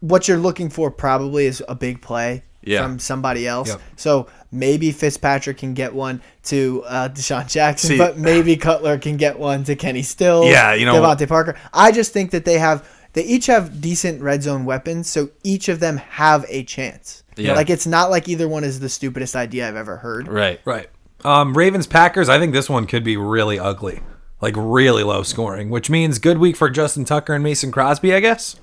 Speaker 3: what you're looking for probably is a big play
Speaker 2: Yeah.
Speaker 3: from somebody else.
Speaker 1: Yep.
Speaker 3: So maybe Fitzpatrick can get one to uh, Deshaun Jackson,
Speaker 2: See-
Speaker 3: but maybe Cutler can get one to Kenny Still.
Speaker 2: Yeah, you know-
Speaker 3: Devontae Parker. I just think that they have they each have decent red zone weapons, so each of them have a chance.
Speaker 2: Yeah.
Speaker 3: Like it's not like either one is the stupidest idea I've ever heard.
Speaker 2: Right.
Speaker 1: Right. Um, Ravens Packers. I think this one could be really ugly, like really low scoring, which means good week for Justin Tucker and Mason Crosby, I guess.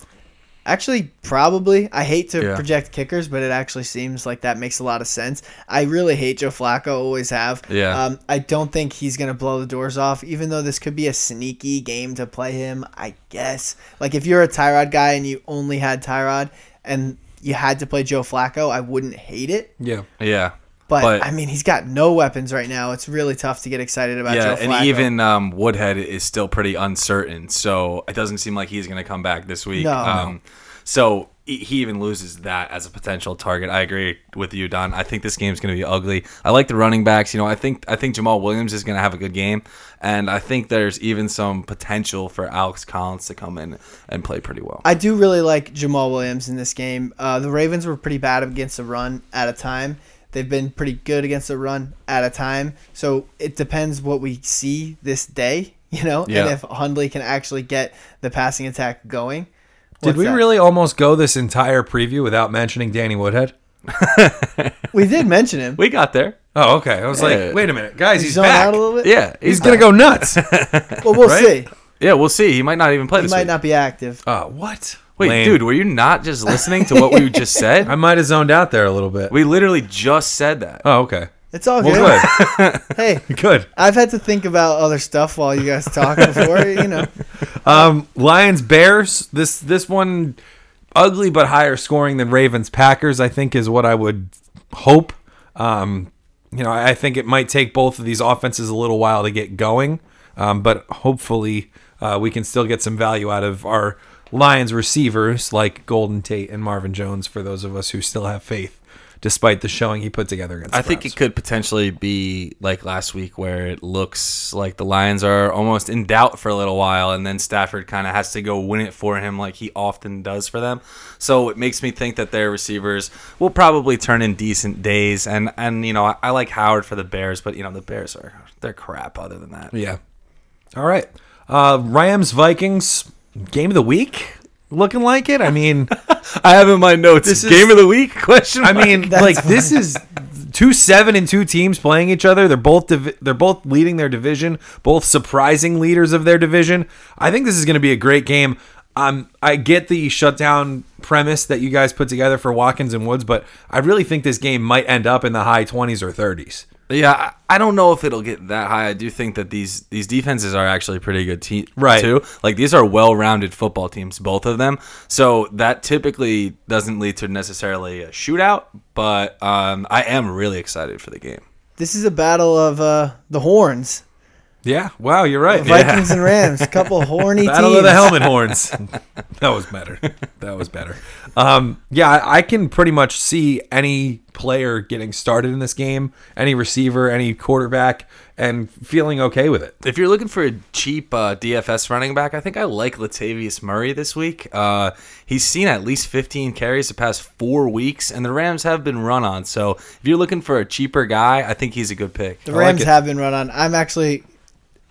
Speaker 3: Actually, probably. I hate to
Speaker 2: Yeah.
Speaker 3: project kickers, but it actually seems like that makes a lot of sense. I really hate Joe Flacco, always have.
Speaker 2: Yeah.
Speaker 3: Um, I don't think he's going to blow the doors off, even though this could be a sneaky game to play him, I guess. Like, if you're a Tyrod guy and you only had Tyrod and you had to play Joe Flacco, I wouldn't hate it.
Speaker 1: Yeah.
Speaker 2: Yeah.
Speaker 3: But,
Speaker 2: But-
Speaker 3: I mean, he's got no weapons right now. It's really tough to get excited about
Speaker 2: Yeah,
Speaker 3: Joe Flacco.
Speaker 2: and even um, Woodhead is still pretty uncertain, so it doesn't seem like he's going to come back this week.
Speaker 3: No.
Speaker 2: Um, so he he even loses that as a potential target. I agree with you, Don. I think this game's going to be ugly. I like the running backs. You know, I think I think Jamal Williams is going to have a good game, and I think there's even some potential for Alex Collins to come in and play pretty well.
Speaker 3: I do really like Jamal Williams in this game. Uh, the Ravens were pretty bad against the run at a time. They've been pretty good against the run at a time. So it depends what we see this day, you know,
Speaker 2: Yeah.
Speaker 3: and if Hundley can actually get the passing attack going.
Speaker 1: Did
Speaker 3: What's
Speaker 1: we
Speaker 3: that?
Speaker 1: really almost go this entire preview without mentioning Danny Woodhead?
Speaker 3: We did mention him.
Speaker 2: we got there.
Speaker 1: Oh, okay. I was
Speaker 2: Yeah.
Speaker 1: like, wait a minute, guys, he's
Speaker 3: Zone
Speaker 1: back.
Speaker 3: out a little bit.
Speaker 2: Yeah,
Speaker 1: He's gonna go nuts.
Speaker 3: Well, we'll
Speaker 1: Right?
Speaker 3: see.
Speaker 2: Yeah, we'll see. He might not even play
Speaker 3: He
Speaker 2: this
Speaker 3: might
Speaker 2: week.
Speaker 3: not be active.
Speaker 1: uh, what?
Speaker 2: Wait,
Speaker 1: Lame.
Speaker 2: dude, were you not just listening to what we just said?
Speaker 1: I might have zoned out there a little bit.
Speaker 2: we literally just said that.
Speaker 1: oh, okay.
Speaker 3: It's all good.
Speaker 1: Well,
Speaker 3: Hey,
Speaker 1: good. good.
Speaker 3: I've had to think about other stuff while you guys talk before, you know.
Speaker 1: Um, Lions Bears. This this one ugly but higher scoring than Ravens Packers. I think is what I would hope. Um, you know, I I think it might take both of these offenses a little while to get going, um, but hopefully uh, we can still get some value out of our Lions receivers like Golden Tate and Marvin Jones for those of us who still have faith. Despite the showing he put together against,
Speaker 2: I
Speaker 1: the
Speaker 2: think
Speaker 1: Browns.
Speaker 2: it could potentially be like last week, where it looks like the Lions are almost in doubt for a little while, and then Stafford kind of has to go win it for him, like he often does for them. So it makes me think that their receivers will probably turn in decent days, and and you know I, I like Howard for the Bears, but you know the Bears are they're crap. Other than that,
Speaker 1: Yeah. All right. Uh, Rams Vikings game of the week. Looking like it. I mean,
Speaker 2: I have in my notes
Speaker 1: This is-
Speaker 2: game of the week question.
Speaker 1: I
Speaker 2: mark.
Speaker 1: mean,
Speaker 3: That's
Speaker 1: like this is two seven and two teams playing each other. They're both div- they're both leading their division. Both surprising leaders of their division. I think this is going to be a great game. Um, I get the shutdown premise that you guys put together for Watkins and Woods, but I really think this game might end up in the high twenties or thirties.
Speaker 2: Yeah, I I don't know if it'll get that high. I do think that these these defenses are actually pretty good te-
Speaker 1: Right.
Speaker 2: too. Like these are well-rounded football teams, both of them. So that typically doesn't lead to necessarily a shootout, but um, I am really excited for the game.
Speaker 3: This is a battle of uh, the horns.
Speaker 1: Yeah. Wow. You're right.
Speaker 3: Vikings and Rams, a couple horny
Speaker 1: Battle
Speaker 3: teams.
Speaker 1: of the helmet horns. that was better. That was better. Um, yeah, I, I can pretty much see any player getting started in this game, any receiver, any quarterback, and feeling okay with it.
Speaker 2: If you're looking for a cheap uh, DFS running back, I think I like Latavius Murray this week. Uh, he's seen at least 15 carries the past four weeks, and the Rams have been run on. So if you're looking for a cheaper guy, I think he's a good pick.
Speaker 3: The
Speaker 2: I like
Speaker 3: Rams
Speaker 2: it.
Speaker 3: have been run on. I'm actually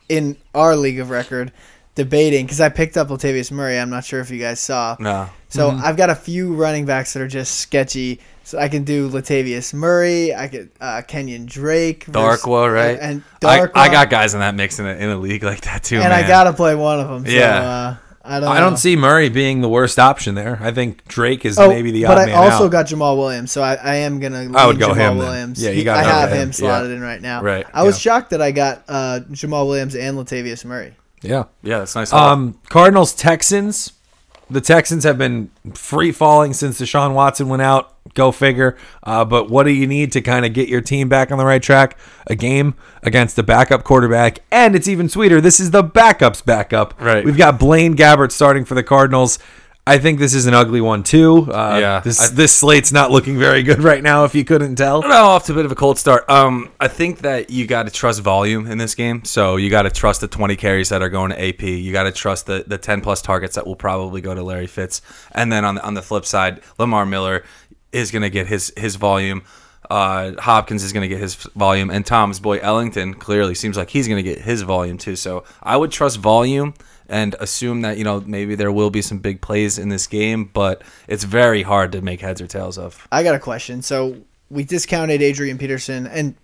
Speaker 3: in our league of record debating because I picked up Latavius Murray. I'm not sure if you guys saw.
Speaker 2: No.
Speaker 3: So I've got a few running backs that are just sketchy. So I can do Latavius Murray. I could uh, Kenyon Drake. versus-
Speaker 2: Darkwa, right?
Speaker 3: And
Speaker 2: I,
Speaker 3: Darkwa.
Speaker 2: I got guys in that mix in a, in a league like that too.
Speaker 3: And I
Speaker 2: man.
Speaker 3: gotta play one of them. So,
Speaker 2: Yeah.
Speaker 3: Uh, I don't.
Speaker 1: I
Speaker 3: know.
Speaker 1: don't see Murray being the worst option there. I think Drake is
Speaker 3: Oh,
Speaker 1: maybe the odd
Speaker 3: but I
Speaker 1: man
Speaker 3: also
Speaker 1: out.
Speaker 3: got Jamal Williams, so I, I am gonna.
Speaker 1: I would
Speaker 3: lean
Speaker 1: go
Speaker 3: Jamal
Speaker 1: him then.
Speaker 3: Williams.
Speaker 1: Yeah, you gotta
Speaker 3: I
Speaker 1: go
Speaker 3: have
Speaker 1: him.
Speaker 3: him slotted
Speaker 2: Yeah.
Speaker 3: in right now.
Speaker 2: Right,
Speaker 3: I was
Speaker 1: yeah.
Speaker 3: shocked that I got uh, Jamal Williams and Latavius Murray.
Speaker 1: yeah.
Speaker 2: Yeah, that's nice.
Speaker 1: Um, Cardinals Texans. The Texans have been free falling since Deshaun Watson went out. Go figure. Uh, but what do you need to kind of get your team back on the right track? A game against the backup quarterback, and it's even sweeter. This is the backup's backup.
Speaker 2: Right.
Speaker 1: We've got Blaine Gabbert starting for the Cardinals. I think this is an ugly one too. Uh,
Speaker 2: Yeah.
Speaker 1: this this slate's not looking very good right now. If you couldn't tell,
Speaker 2: Well, off to a bit of a cold start. Um, I think that you got to trust volume in this game. So you got to trust the 20 carries that are going to AP. You got to trust the, the 10 plus targets that will probably go to Larry Fitz. And then on the, on the flip side, Lamar Miller is going to get his his volume. Uh, Hopkins is going to get his volume, and Tom's boy Ellington clearly seems like he's going to get his volume too. So I would trust volume and assume that you know maybe there will be some big plays in this game, but it's very hard to make heads or tails of.
Speaker 3: I got a question. So we discounted Adrian Peterson and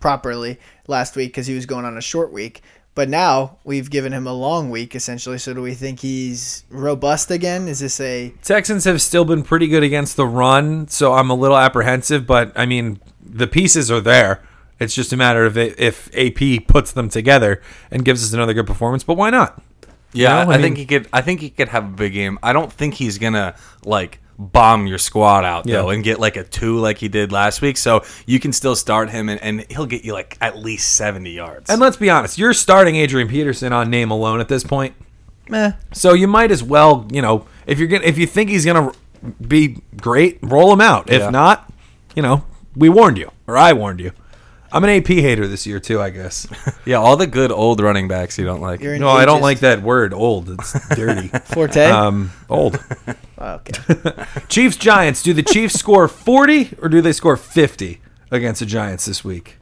Speaker 3: properly last week because he was going on a short week, but now we've given him a long week essentially. So do we think he's robust again? Is this a
Speaker 1: Texans have still been pretty good against the run, so I'm a little apprehensive. But I mean, the pieces are there. It's just a matter of i- if AP puts them together and gives us another good performance. But why not?
Speaker 2: Yeah,
Speaker 1: know?
Speaker 2: I,
Speaker 1: I
Speaker 2: think
Speaker 1: mean-
Speaker 2: he could. I think he could have a big game. I don't think he's gonna like bomb your squad out though
Speaker 1: Yeah.
Speaker 2: and get like a two like he did last week. So you can still start him and, and he'll get you like at least seventy yards.
Speaker 1: And let's be honest, you're starting Adrian Peterson on name alone at this point.
Speaker 3: meh?
Speaker 1: So you might as well, you know, if you're gonna, if you think he's gonna be great, roll him out. If
Speaker 2: Yeah.
Speaker 1: not, you know, we warned you, or I warned you. I'm an AP hater this year too, I guess.
Speaker 2: yeah, all the good old running backs you don't like.
Speaker 3: You're an
Speaker 1: No, I don't
Speaker 3: ageist.
Speaker 1: like that word. Old. It's dirty.
Speaker 3: Forte.
Speaker 1: um, old.
Speaker 3: okay.
Speaker 1: Chiefs Giants. Do the Chiefs score 40 or do they score 50 against the Giants this week?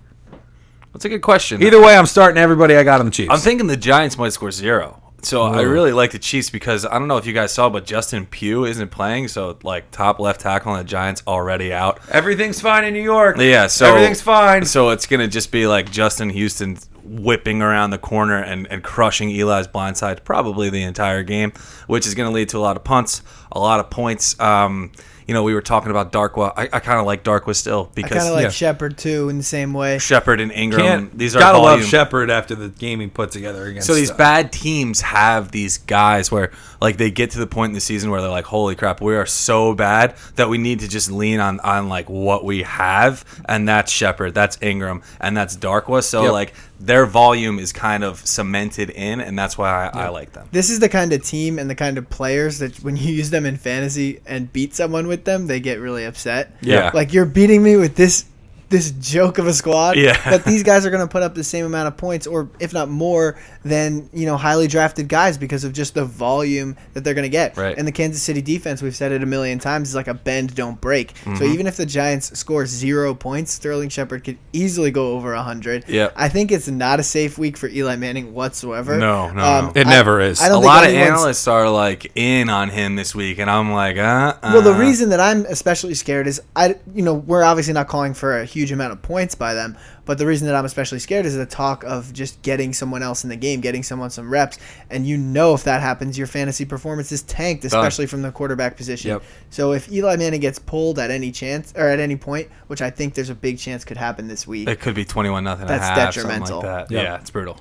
Speaker 2: That's a good question.
Speaker 1: Either way, I'm starting everybody I got on the Chiefs.
Speaker 2: I'm thinking the Giants might score zero. So I really like the Chiefs because I don't know if you guys saw, but Justin Pugh isn't playing. So like top left tackle on the Giants already out.
Speaker 1: Everything's fine in New York.
Speaker 2: Yeah, so
Speaker 1: everything's fine.
Speaker 2: So it's gonna just be like Justin Houston whipping around the corner and, and crushing Eli's blindside probably the entire game, which is gonna lead to a lot of punts, a lot of points. Um, you know, we were talking about Darkwa. I, I kind of like Darkwa still
Speaker 3: I kind
Speaker 2: because
Speaker 3: of like
Speaker 1: yeah.
Speaker 3: Shepard too in the same way.
Speaker 2: Shepard and Ingram.
Speaker 1: Can't,
Speaker 2: these are
Speaker 1: gotta love
Speaker 2: volume-
Speaker 1: Shepard after the game he put together against.
Speaker 2: so these
Speaker 1: uh,
Speaker 2: bad teams have these guys where like they get to the point in the season where they're like holy crap we are so bad that we need to just lean on on like what we have and that's Shepard that's Ingram and that's Darkwa so
Speaker 1: Yep.
Speaker 2: like their volume is kind of cemented in and that's why I, I like them
Speaker 3: This is the kind of team and the kind of players that when you use them in fantasy and beat someone with them, they get really upset.
Speaker 2: Yeah.
Speaker 3: Like you're beating me with this this joke of a squad.
Speaker 2: Yeah.
Speaker 3: But these guys are going to put up the same amount of points or if not more than, you know, highly drafted guys because of just the volume that they're going to get.
Speaker 2: Right.
Speaker 3: And the Kansas City defense, we've said it a million times, is like a bend don't break. So
Speaker 2: Mm-hmm.
Speaker 3: even if the Giants score 0 points, Sterling Shepard could easily go over 100.
Speaker 2: Yeah.
Speaker 3: I think it's not a safe week for Eli Manning whatsoever.
Speaker 2: No, no, no.
Speaker 1: It never is.
Speaker 3: Um, I
Speaker 2: a
Speaker 3: don't think
Speaker 2: lot of
Speaker 3: anyone's-
Speaker 2: analysts are like in on him this week and I'm like uh, uh
Speaker 3: Well, the reason that I'm especially scared is I, you know, we're obviously not calling for a huge amount of points by them, but the reason that I'm especially scared is the talk of just getting someone else in the game, getting someone some reps, and you know if that happens, your fantasy performance is tanked, especially from the quarterback position.
Speaker 1: Yep.
Speaker 3: So if Eli Manning gets pulled at any chance or at any point, which I think there's a big chance could happen this week,
Speaker 2: it could be 21 nothing
Speaker 3: That's
Speaker 2: a half, something
Speaker 3: detrimental.
Speaker 2: like that.
Speaker 1: Yep.
Speaker 2: yeah it's brutal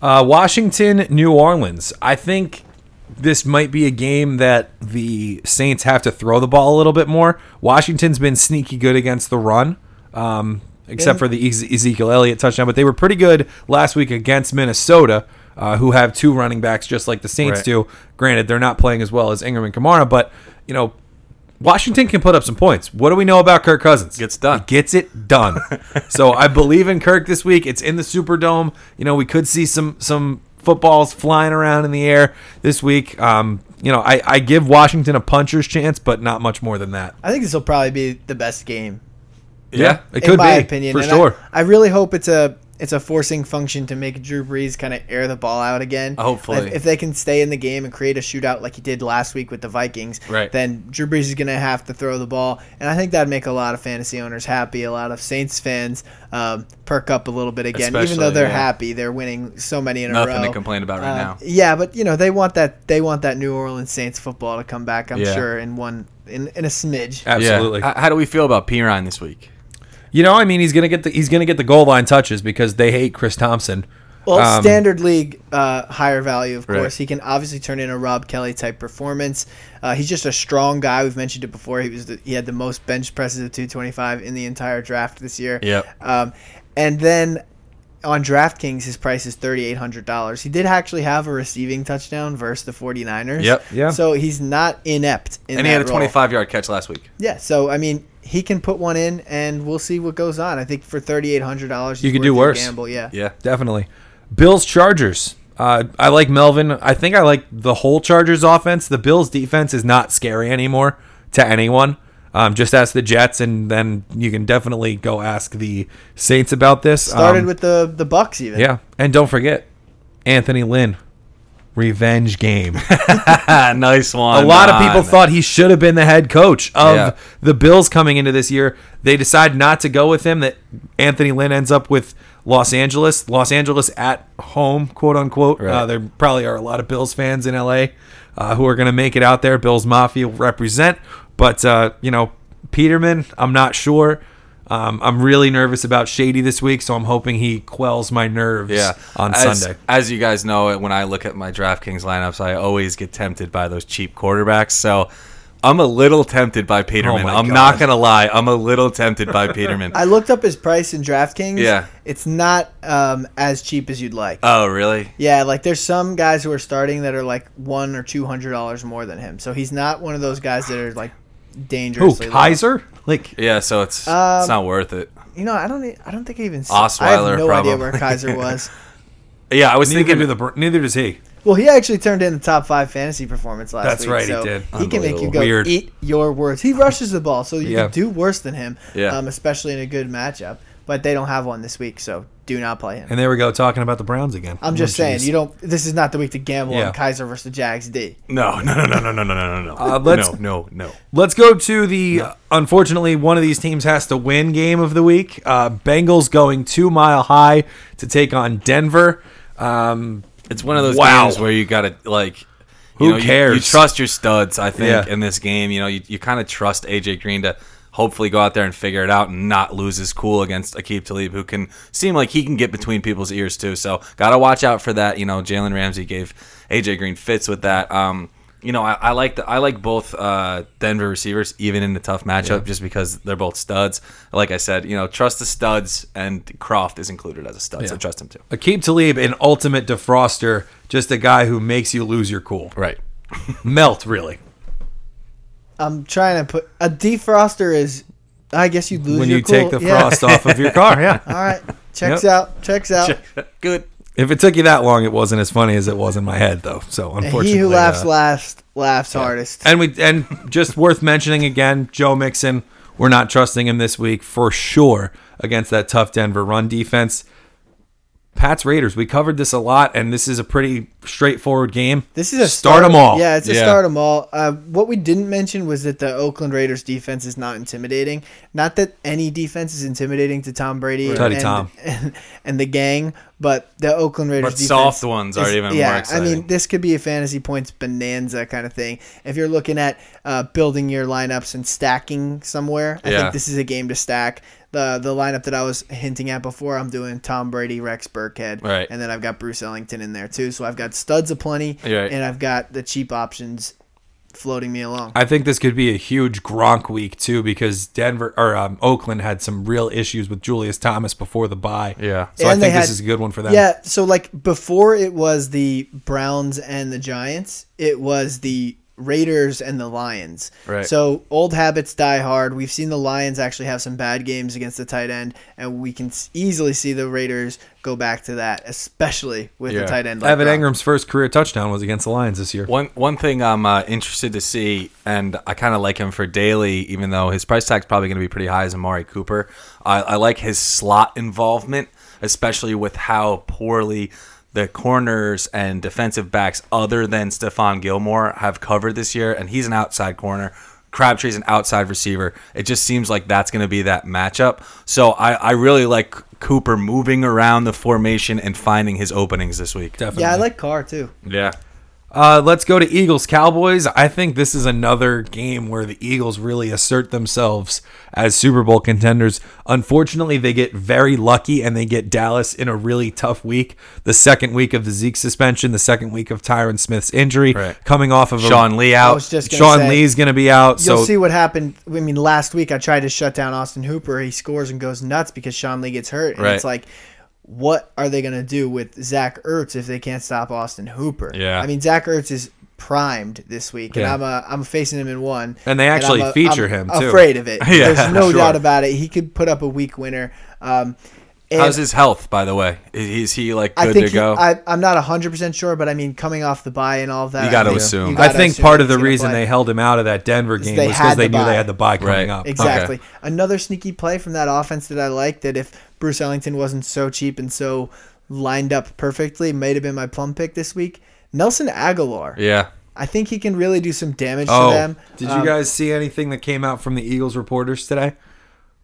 Speaker 1: Uh, Washington, New Orleans. I think this might be a game that the Saints have to throw the ball a little bit more. Washington's been sneaky good against the run, um, except for the Eze- Ezekiel Elliott touchdown, but they were pretty good last week against Minnesota, uh, who have two running backs just like the Saints
Speaker 2: Right.
Speaker 1: do. Granted, they're not playing as well as Ingram and Kamara, but, you know, Washington can put up some points. What do we know about Kirk Cousins?
Speaker 2: Gets done.
Speaker 1: He gets it done. so I believe in Kirk this week. It's in the Superdome. You know, we could see some some footballs flying around in the air this week. Um, you know, I, I give Washington a puncher's chance, but not much more than that.
Speaker 3: I think this will probably be the best game
Speaker 2: yeah.
Speaker 1: it could
Speaker 3: in my
Speaker 1: be
Speaker 3: opinion,
Speaker 1: for
Speaker 3: and
Speaker 1: sure.
Speaker 3: I, I really hope it's a it's a forcing function to make Drew Brees kind of air the ball out again.
Speaker 2: Hopefully.
Speaker 3: Like, if they can stay in the game and create a shootout like he did last week with the Vikings,
Speaker 2: Right.
Speaker 3: Then Drew Brees is going to have to throw the ball, and I think that'd make a lot of fantasy owners happy. A lot of Saints fans um, perk up a little bit again, even though
Speaker 2: Especially,
Speaker 3: they're
Speaker 2: yeah.
Speaker 3: happy they're winning so many in a row.
Speaker 2: nothing to complain about right
Speaker 3: Uh,
Speaker 2: now
Speaker 3: Yeah, but you know they want that they want that New Orleans Saints football to come back. I'm
Speaker 2: Yeah.
Speaker 3: sure in one in, in a smidge.
Speaker 1: Absolutely.
Speaker 2: Yeah. How, how do we feel about Pirine this week?
Speaker 1: You know, I mean he's gonna get the he's gonna get the goal line touches because they hate Chris Thompson.
Speaker 3: Well,
Speaker 1: Um,
Speaker 3: standard league, uh, higher value, of course.
Speaker 2: Right.
Speaker 3: He can obviously turn in a Rob Kelly type performance. Uh, he's just a strong guy. We've mentioned it before. He was the, he had the most bench presses of 225 in the entire draft this year.
Speaker 2: Yep.
Speaker 3: Um, and then on DraftKings, his price is $3,800. He did actually have a receiving touchdown versus the 49ers.
Speaker 2: Yep.
Speaker 1: Yeah.
Speaker 3: So he's not inept in
Speaker 2: and he had a
Speaker 3: that role.
Speaker 2: 25 yard catch last week.
Speaker 3: Yeah, so I mean, he can put one in, and we'll see what goes on. I think for thirty eight hundred dollars,
Speaker 1: You could do worse.
Speaker 3: Gamble, yeah.
Speaker 2: Yeah.
Speaker 1: Definitely. Bills Chargers. Uh, I like Melvin. I think I like the whole Chargers offense. The Bills defense is not scary anymore to anyone. Um, just ask the Jets, and then you can definitely go ask the Saints about this.
Speaker 3: Started
Speaker 1: Um,
Speaker 3: with the the Bucks even.
Speaker 1: yeah, and don't forget Anthony Lynn, revenge game. Ah,
Speaker 2: nice one.
Speaker 1: A lot of
Speaker 2: Don.
Speaker 1: people thought he should have been the head coach of
Speaker 2: Yeah.
Speaker 1: the Bills coming into this year. They decide not to go with him. That Anthony Lynn ends up with Los Angeles. Los Angeles at home, quote unquote. Uh,
Speaker 2: Right.
Speaker 1: there probably are a lot of Bills fans in LA uh, who are going to make it out there. Bills Mafia represent. But, uh, you know, Peterman, I'm not sure. Um, I'm really nervous about Shady this week, so I'm hoping he quells my nerves
Speaker 2: Yeah,
Speaker 1: on
Speaker 2: As-
Speaker 1: Sunday.
Speaker 2: As you guys know, when I look at my DraftKings lineups, I always get tempted by those cheap quarterbacks. So I'm a little tempted by Peterman.
Speaker 1: Oh my
Speaker 2: I'm
Speaker 1: God.
Speaker 2: not gonna lie, I'm a little tempted by Peterman.
Speaker 3: I looked up his price in DraftKings.
Speaker 2: Yeah.
Speaker 3: It's not um, as cheap as you'd like.
Speaker 1: Uh.
Speaker 2: oh, really?
Speaker 3: yeah, like there's some guys who are starting that are like one or two hundred dollars more than him. So he's not one of those guys that are like
Speaker 1: Who,
Speaker 3: dangerously. low.
Speaker 1: Kaiser? Like,
Speaker 2: Yeah, so it's
Speaker 3: Um,
Speaker 2: it's not worth it.
Speaker 3: You know, I don't. e- I don't think I even. s- I
Speaker 2: Osweiler,
Speaker 3: have no idea
Speaker 2: probably.
Speaker 3: where Kaiser was.
Speaker 2: Yeah, I was
Speaker 1: neither,
Speaker 2: thinking
Speaker 1: do the, Br- neither does he.
Speaker 3: Well, he actually turned in the top five fantasy performance last
Speaker 1: That's
Speaker 3: week.
Speaker 1: right, he
Speaker 3: so
Speaker 1: did.
Speaker 3: He can make you
Speaker 2: Unbelievable.
Speaker 3: go
Speaker 1: Weird.
Speaker 3: eat your words. He rushes the ball, so you
Speaker 1: Yeah.
Speaker 3: can do worse than him,
Speaker 2: Yeah.
Speaker 3: um, especially in a good matchup. But they don't have one this week, so do not play him.
Speaker 1: And there we go talking about the Browns again.
Speaker 3: I'm just
Speaker 1: Oh,
Speaker 3: saying,
Speaker 1: jeez.
Speaker 3: you don't. This is not the week to gamble
Speaker 1: Yeah.
Speaker 3: on Kaiser versus the Jags D.
Speaker 2: no, no, no, no, no, no, no, no, no.
Speaker 1: Uh, let's-
Speaker 2: no, no, no.
Speaker 1: Let's go to the uh, unfortunately one of these teams has to win game of the week. Uh, Bengals going two mile high to take on Denver. Um,
Speaker 2: It's one of those
Speaker 1: Wow.
Speaker 2: games where you gotta like. you
Speaker 1: Who
Speaker 2: know, you- You,
Speaker 1: cares?
Speaker 2: trust your studs, I think,
Speaker 1: Yeah.
Speaker 2: in this game. You know, you, you kind of trust AJ Green to hopefully go out there and figure it out and not lose his cool against Akib Talib, who can seem like he can get between people's ears too. So gotta watch out for that. You know, Jalen Ramsey gave AJ Green fits with that. Um, you know, I, I like the I like both uh, Denver receivers, even in the tough matchup, just because they're both studs. Like I said, you know, trust the studs, and Croft is included as a stud, so trust him too.
Speaker 1: Akib Talib, an ultimate defroster, just a guy who makes you lose your cool.
Speaker 2: Right.
Speaker 1: Melt really
Speaker 3: I'm trying to put a defroster is. I guess you lose
Speaker 1: when
Speaker 3: your
Speaker 1: you
Speaker 3: cool.
Speaker 1: take the
Speaker 3: Yeah.
Speaker 1: frost off of your car. Yeah.
Speaker 3: All right, checks
Speaker 1: Yep.
Speaker 3: out. Checks out.
Speaker 2: Good.
Speaker 1: if it took you that long, it wasn't as funny as it was in my head though. So
Speaker 3: And
Speaker 1: unfortunately,
Speaker 3: he who laughs
Speaker 1: uh,
Speaker 3: last laughs hardest.
Speaker 1: And we and just worth mentioning again, Joe Mixon. We're not trusting him this week for sure against that tough Denver run defense. Pats Raiders. We covered this a lot, and this is a pretty straightforward game.
Speaker 3: This is a
Speaker 1: start them all.
Speaker 3: Yeah, it's a
Speaker 2: Yeah.
Speaker 3: start 'em all. Uh, what we didn't mention was that the Oakland Raiders defense is not intimidating. Not that any defense is intimidating to Tom Brady
Speaker 1: Tutty
Speaker 3: and,
Speaker 1: Tom.
Speaker 3: And, and the gang, but the Oakland Raiders
Speaker 2: But
Speaker 3: defense
Speaker 2: soft ones are even more
Speaker 3: I
Speaker 2: exciting.
Speaker 3: mean, this could be a fantasy points bonanza kind of thing. If you're looking at uh, building your lineups and stacking somewhere, I
Speaker 2: Yeah.
Speaker 3: think this is a game to stack. The, the lineup that I was hinting at before, I'm doing Tom Brady, Rex Burkhead,
Speaker 2: Right.
Speaker 3: and then I've got Bruce Ellington in there too. So I've got studs aplenty,
Speaker 2: You're right.
Speaker 3: and I've got the cheap options floating me along.
Speaker 1: I think this could be a huge Gronk week too, because Denver or um, Oakland had some real issues with Julius Thomas before the bye.
Speaker 2: Yeah.
Speaker 1: so I
Speaker 3: And they
Speaker 1: think this
Speaker 3: had-
Speaker 1: is a good one for them.
Speaker 3: Yeah, so like before it was the Browns and the Giants, it was the Raiders and the Lions.
Speaker 2: Right.
Speaker 3: So old habits die hard. We've seen the Lions actually have some bad games against the tight end, and we can s- easily see the Raiders go back to that, especially with
Speaker 2: Yeah.
Speaker 3: the tight end. Like uh,
Speaker 1: Evan
Speaker 3: Gronk.
Speaker 1: Ingram's first career touchdown was against the Lions this year.
Speaker 2: One one thing I'm uh, interested to see, and I kind of like him for daily, even though his price tag's probably going to be pretty high, is Amari Cooper. I, I like his slot involvement, especially with how poorly the corners and defensive backs, other than Stephon Gilmore, have covered this year, and he's an outside corner. Crabtree's an outside receiver. It just seems like that's going to be that matchup. So I, I really like Cooper moving around the formation and finding his openings this week.
Speaker 1: Definitely.
Speaker 3: Yeah, I like Carr too.
Speaker 2: Yeah.
Speaker 1: Uh, let's go to Eagles Cowboys. I think this is another game where the Eagles really assert themselves as Super Bowl contenders. Unfortunately, they get very lucky and they get Dallas in a really tough week. The second week of the Zeke suspension, the second week of Tyron Smith's injury,
Speaker 2: Right.
Speaker 1: coming off of
Speaker 2: Sean
Speaker 1: a,
Speaker 2: Lee
Speaker 3: I
Speaker 2: out.
Speaker 3: was just gonna
Speaker 1: Sean
Speaker 3: say,
Speaker 1: Lee's going to be out.
Speaker 3: You'll
Speaker 1: so
Speaker 3: see what happened. I mean, last week I tried to shut down Austin Hooper. He scores and goes nuts because Sean Lee gets hurt, and
Speaker 2: Right.
Speaker 3: it's like, what are they going to do with Zach Ertz if they can't stop Austin Hooper?
Speaker 1: Yeah.
Speaker 3: I mean, Zach Ertz is primed this week, and
Speaker 1: Yeah.
Speaker 3: I'm uh, I'm facing him in one.
Speaker 1: And they actually
Speaker 3: I'm, uh,
Speaker 1: feature
Speaker 3: I'm
Speaker 1: him, too.
Speaker 3: Afraid of it.
Speaker 2: Yeah,
Speaker 3: There's no
Speaker 2: sure.
Speaker 3: doubt about it. He could put up a weak winner. Um, and
Speaker 2: How's his health, by the way? Is, is he like good
Speaker 3: I think
Speaker 2: to
Speaker 3: he-
Speaker 2: go?
Speaker 3: I, I'm not 100 percent sure, but I mean, coming off the buy and all of that,
Speaker 2: You gotta
Speaker 3: I mean,
Speaker 2: assume.
Speaker 3: you
Speaker 1: I
Speaker 3: gotta
Speaker 1: think
Speaker 3: assume
Speaker 1: part of
Speaker 3: he's
Speaker 1: the
Speaker 3: gonna
Speaker 1: reason
Speaker 3: play.
Speaker 1: they held him out of that Denver game
Speaker 3: they
Speaker 1: was because
Speaker 3: had
Speaker 1: they
Speaker 3: the
Speaker 1: knew
Speaker 3: bye.
Speaker 1: they had the bye coming
Speaker 2: Right.
Speaker 1: up.
Speaker 3: Exactly. Another sneaky play from that offense that I like that if Bruce Ellington wasn't so cheap and so lined up perfectly, might have been my plum pick this week. Nelson Aguilar.
Speaker 2: yeah.
Speaker 3: I think he can really do some damage
Speaker 1: Oh,
Speaker 3: to them.
Speaker 1: did
Speaker 3: Um,
Speaker 1: you guys see anything that came out from the Eagles reporters today?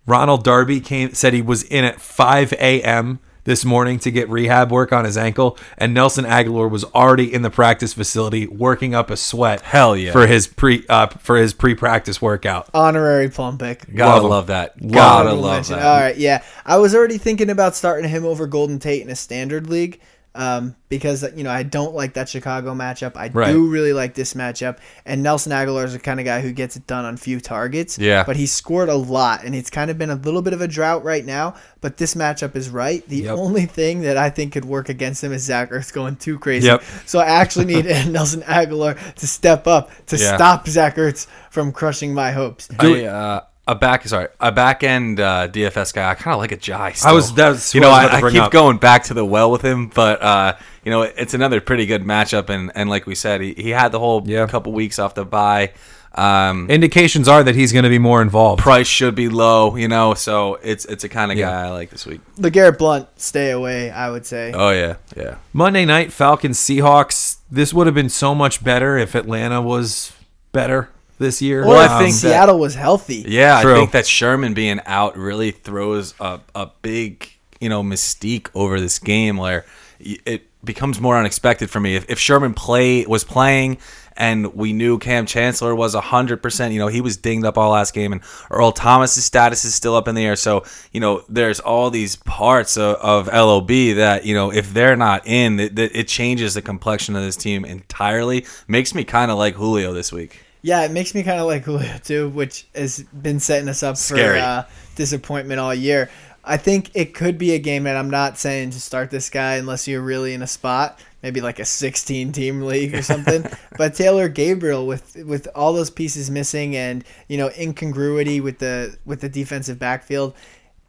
Speaker 1: Ronald Darby came said he was in at 5 a.m. this morning to get rehab work on his ankle, and Nelson Aguilar was already in the practice facility working up a sweat.
Speaker 2: Hell yeah.
Speaker 1: for his pre uh, for his pre practice workout.
Speaker 3: honorary plum pick.
Speaker 2: Gotta
Speaker 1: Love him.
Speaker 2: love, that. Gotta
Speaker 3: Honorable
Speaker 2: love
Speaker 3: mention.
Speaker 2: that.
Speaker 3: All right, yeah. I was already thinking about starting him over Golden Tate in a standard league um, because you know I don't like that Chicago matchup. I
Speaker 1: Right.
Speaker 3: do really like this matchup, and Nelson Aguilar is the kind of guy who gets it done on few targets.
Speaker 2: Yeah.
Speaker 3: but he scored a lot, and it's kind of been a little bit of a drought right now. But this matchup is right. The
Speaker 1: Yep.
Speaker 3: only thing that I think could work against him is Zach Ertz going too crazy.
Speaker 1: Yep.
Speaker 3: So I actually need Nelson Aguilar to step up to
Speaker 2: Yeah.
Speaker 3: stop Zach Ertz from crushing my hopes.
Speaker 2: I, uh, a back sorry a back end uh, DFS guy. I kind of like a Jai. Still.
Speaker 1: was- that's
Speaker 2: you
Speaker 1: what I
Speaker 2: know
Speaker 1: was
Speaker 2: I,
Speaker 1: about to
Speaker 2: I
Speaker 1: bring
Speaker 2: keep
Speaker 1: up.
Speaker 2: going back to the well with him, but uh, you know it's another pretty good matchup. And and like we said, he, he had the whole
Speaker 1: Yeah.
Speaker 2: couple weeks off the bye. Um,
Speaker 1: Indications are that he's going to be more involved.
Speaker 2: price should be low, you know. So it's it's a kind of
Speaker 1: Yeah.
Speaker 2: guy I like this week.
Speaker 3: LeGarrette Blunt, stay away, I would say.
Speaker 2: Oh yeah, yeah.
Speaker 1: Monday night Falcons Seahawks. This would have been so much better if Atlanta was better this year.
Speaker 3: Well,
Speaker 2: I
Speaker 3: I
Speaker 1: Um,
Speaker 2: think
Speaker 3: think
Speaker 2: that-
Speaker 3: Seattle was healthy.
Speaker 2: Yeah,
Speaker 1: True.
Speaker 2: I think that Sherman being out really throws a, a big, you know, mystique over this game where y- it becomes more unexpected for me. If, if Sherman play was playing and we knew Cam Chancellor was 100%, you know, he was dinged up all last game and Earl Thomas's status is still up in the air. So, you know, there's all these parts of, of LOB that, you know, if they're not in, it, it changes the complexion of this team entirely. Makes me kind of like Julio this week.
Speaker 3: Yeah, it makes me kind of like Julio too, which has been setting us up
Speaker 2: Scary.
Speaker 3: for uh, disappointment all year. I think it could be a game that I'm not saying to start this guy unless you're really in a spot, maybe like a 16 team league or something. but Taylor Gabriel with with all those pieces missing and you know incongruity with the with the defensive backfield,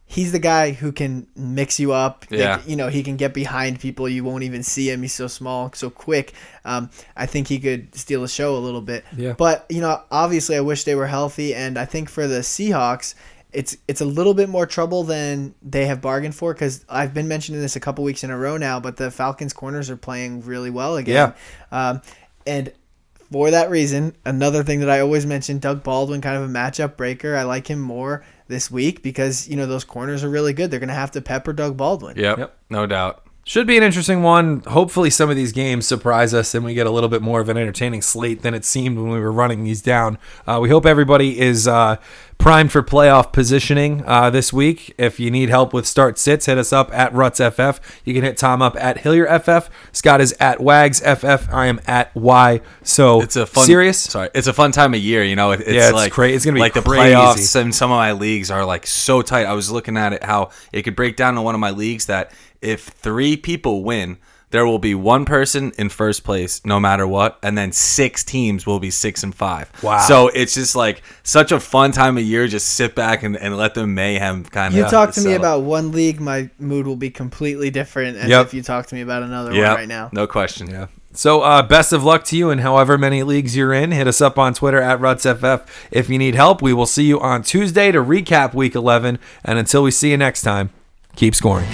Speaker 3: he's the guy who can mix you up. They-
Speaker 2: Yeah.
Speaker 3: you know he can get behind people. You won't even see him. He's so small, so quick. Um, I think he could steal the show a little bit.
Speaker 1: Yeah.
Speaker 3: But you know, obviously, I wish they were healthy, and I think for the Seahawks, it's it's a little bit more trouble than they have bargained for because I've been mentioning this a couple weeks in a row now. But the Falcons' corners are playing really well again. Yeah. Um, and for that reason, another thing that I always mention, Doug Baldwin, kind of a matchup breaker. I like him more this week because you know those corners are really good. They're going to have to pepper Doug Baldwin.
Speaker 1: Yep.
Speaker 2: no doubt.
Speaker 1: Should be an interesting one. Hopefully, some of these games surprise us and we get a little bit more of an entertaining slate than it seemed when we were running these down. Uh, we hope everybody is uh, primed for playoff positioning uh, this week. If you need help with start sits, hit us up at RutsFF. You can hit Tom up at HillierFF. Scott is at WagsFF. I am at Y. So
Speaker 2: it's a fun
Speaker 1: serious.
Speaker 2: Sorry, it's a fun time of year. You know, It- it's
Speaker 1: Yeah, it's
Speaker 2: like
Speaker 1: cra- it's gonna be
Speaker 2: like the
Speaker 1: crazy.
Speaker 2: playoffs and some of my leagues are like so tight. I was looking at it how it could break down in one of my leagues that if three people win. There will be one person in first place, no matter what, and then six teams will be six and five.
Speaker 1: Wow.
Speaker 2: So it's just like such a fun time of year. Just sit back and, and let the mayhem kind of.
Speaker 3: You talk to me about one league, my mood will be completely different as
Speaker 1: Yep.
Speaker 3: if you talk to me about another
Speaker 2: yeah
Speaker 3: one right now.
Speaker 2: No question. Yeah.
Speaker 1: So, uh, best of luck to you in however many leagues you're in. Hit us up on Twitter at RutsFF if you need help. We will see you on Tuesday to recap week 11. And until we see you next time, keep scoring.